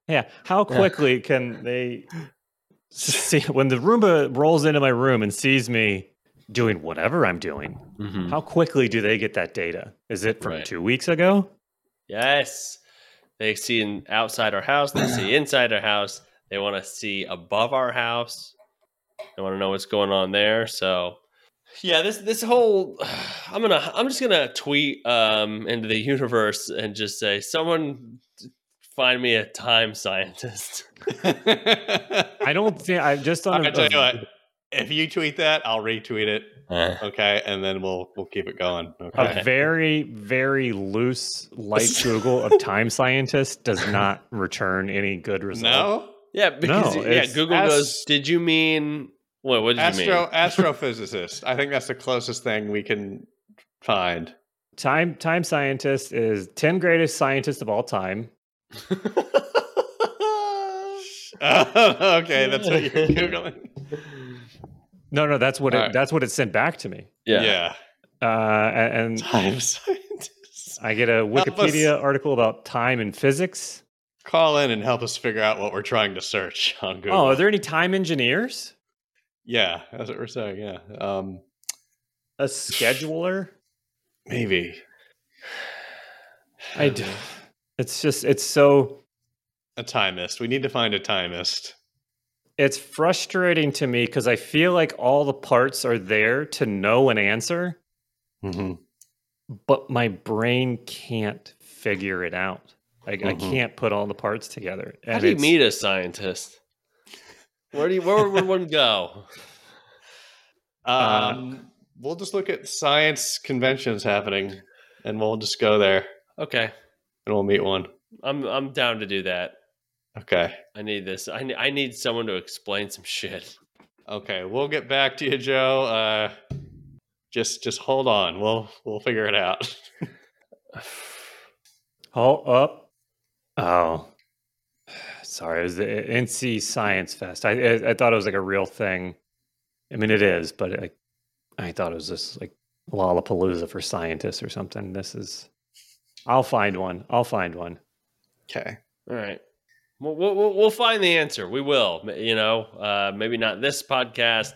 Speaker 1: yeah how quickly can they see when the Roomba rolls into my room and sees me doing whatever I'm doing
Speaker 2: Mm.
Speaker 1: how quickly do they get that data is it from
Speaker 3: Right.
Speaker 1: two weeks ago
Speaker 3: Yes. They see in outside our house, they see inside our house, they want to see above our house. They want to know what's going on there. So yeah, this this whole I'm going to I'm just going to tweet um into the universe and just say someone find me a time scientist.
Speaker 1: I don't think I just
Speaker 2: I
Speaker 1: on a-
Speaker 2: tell you
Speaker 1: a-
Speaker 2: what. If you tweet that, I'll retweet it.
Speaker 3: Uh,
Speaker 2: Okay, and then we'll we'll keep it going.
Speaker 1: A
Speaker 2: Okay.
Speaker 1: very, very loose, light Google of time scientist does not return any good result.
Speaker 2: No,
Speaker 3: yeah, because
Speaker 1: No,
Speaker 3: yeah,
Speaker 1: it's-
Speaker 3: Google goes,
Speaker 2: Ast-
Speaker 3: "Did you mean what what did you mean?"
Speaker 2: astro astrophysicist. I think that's the closest thing we can find.
Speaker 1: Time time scientist is 10 greatest scientists of all time.
Speaker 2: okay, that's what you're googling.
Speaker 1: No, no, that's what it,
Speaker 2: All right.
Speaker 1: that's what it sent back to me.
Speaker 3: yeah.
Speaker 1: Uh, a- and
Speaker 2: time scientist.
Speaker 1: I get a
Speaker 2: us.
Speaker 1: Wikipedia article about time and physics.
Speaker 2: Call in and help us figure out what we're trying to search on Google.
Speaker 1: Oh, are there any time engineers?
Speaker 2: yeah, that's what we're saying. Yeah, um,
Speaker 1: A scheduler?
Speaker 2: maybe.
Speaker 1: I do. It's just it's so
Speaker 2: A timist. We need to find a timist.
Speaker 1: it's frustrating to me because I feel like all the parts are there to know an answer.
Speaker 2: Mm-hmm.
Speaker 1: but my brain can't figure it out. I, I
Speaker 2: Mhm.
Speaker 1: can't put all the parts together.
Speaker 3: Mm-hmm. How
Speaker 1: And
Speaker 3: do you
Speaker 1: it's-
Speaker 3: meet a scientist? Where do you where would one go?
Speaker 2: Um, we'll just look at science conventions happening, and we'll just go there
Speaker 3: Okay,
Speaker 2: and we'll meet one.
Speaker 3: I'm I'm down to do that.
Speaker 2: Okay.
Speaker 3: I need this. I need, I need someone to explain some shit.
Speaker 2: Okay, we'll get back to you, Joe. Uh, just just hold on. We'll we'll figure it out.
Speaker 1: Halt up. Oh, sorry. It was the NC Science Fest. I, I I thought it was like a real thing. I mean, it is, but I I thought it was just like Lollapalooza for scientists or something. This is. I'll find one. I'll find one.
Speaker 2: Okay.
Speaker 3: All right. We'll, we'll, we'll- we'll find the answer. We will. M- You know, uh, maybe not this podcast,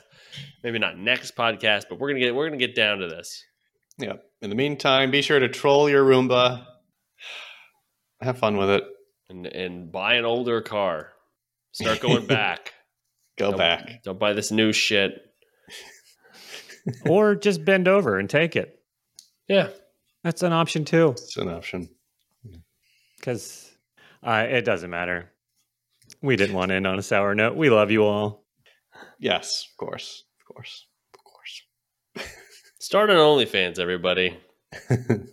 Speaker 3: maybe not next podcast, but we're gonna get we're gonna get down to this.
Speaker 2: Yep. In the meantime, be sure to troll your Roomba. Have fun with it.
Speaker 3: And and buy an older car. Start going back.
Speaker 2: Go
Speaker 3: Nope.
Speaker 2: back.
Speaker 3: Don't buy this new shit.
Speaker 1: or just bend over and take it.
Speaker 3: Yeah.
Speaker 1: That's an option too.
Speaker 2: It's an option.
Speaker 1: because uh, it doesn't matter. We didn't want to end on a sour note. We love you all.
Speaker 2: Yes, of course, of course, of course.
Speaker 3: Start an OnlyFans, everybody.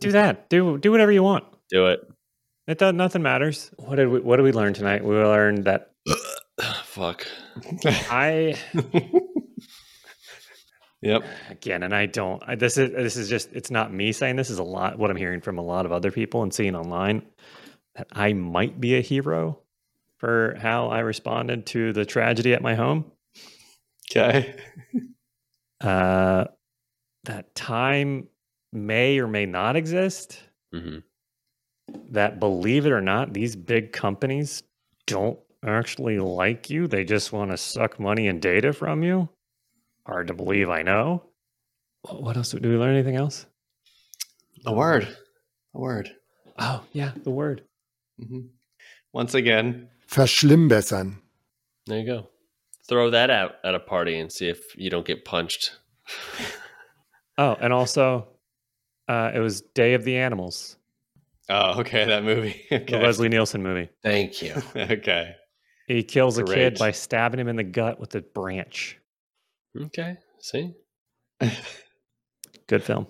Speaker 1: Do that. Do do whatever you want.
Speaker 3: Do it.
Speaker 1: It does nothing matters. What did we What did we learn tonight? We learned that
Speaker 3: Fuck.
Speaker 1: I
Speaker 2: Yep.
Speaker 1: again, and I don't. I, this is this is just. It's not me saying this. Is a lot what I'm hearing from a lot of other people and seeing online that I might be a hero for how I responded to the tragedy at my home.
Speaker 2: Okay.
Speaker 1: Uh, that time may or may not exist.
Speaker 3: hmm
Speaker 1: that believe it or not, these big companies don't actually like you. They just want to suck money and data from you. Hard to believe, I know. Wh- What else? Do we learn anything else?
Speaker 2: A word. A word.
Speaker 1: Oh, yeah, the word.
Speaker 2: hmm Once again,
Speaker 4: Verschlimmbessern.
Speaker 3: There you go. Throw that out at a party and see if you don't get punched.
Speaker 1: Oh, and also, uh, it was Day of the Animals,
Speaker 2: Oh, okay, that movie.
Speaker 1: the
Speaker 2: Okay.
Speaker 1: Leslie Nielsen movie.
Speaker 3: Thank you.
Speaker 2: okay.
Speaker 1: He kills a kid
Speaker 2: Great.
Speaker 1: by stabbing him in the gut with a branch.
Speaker 3: okay. See?
Speaker 1: Good film.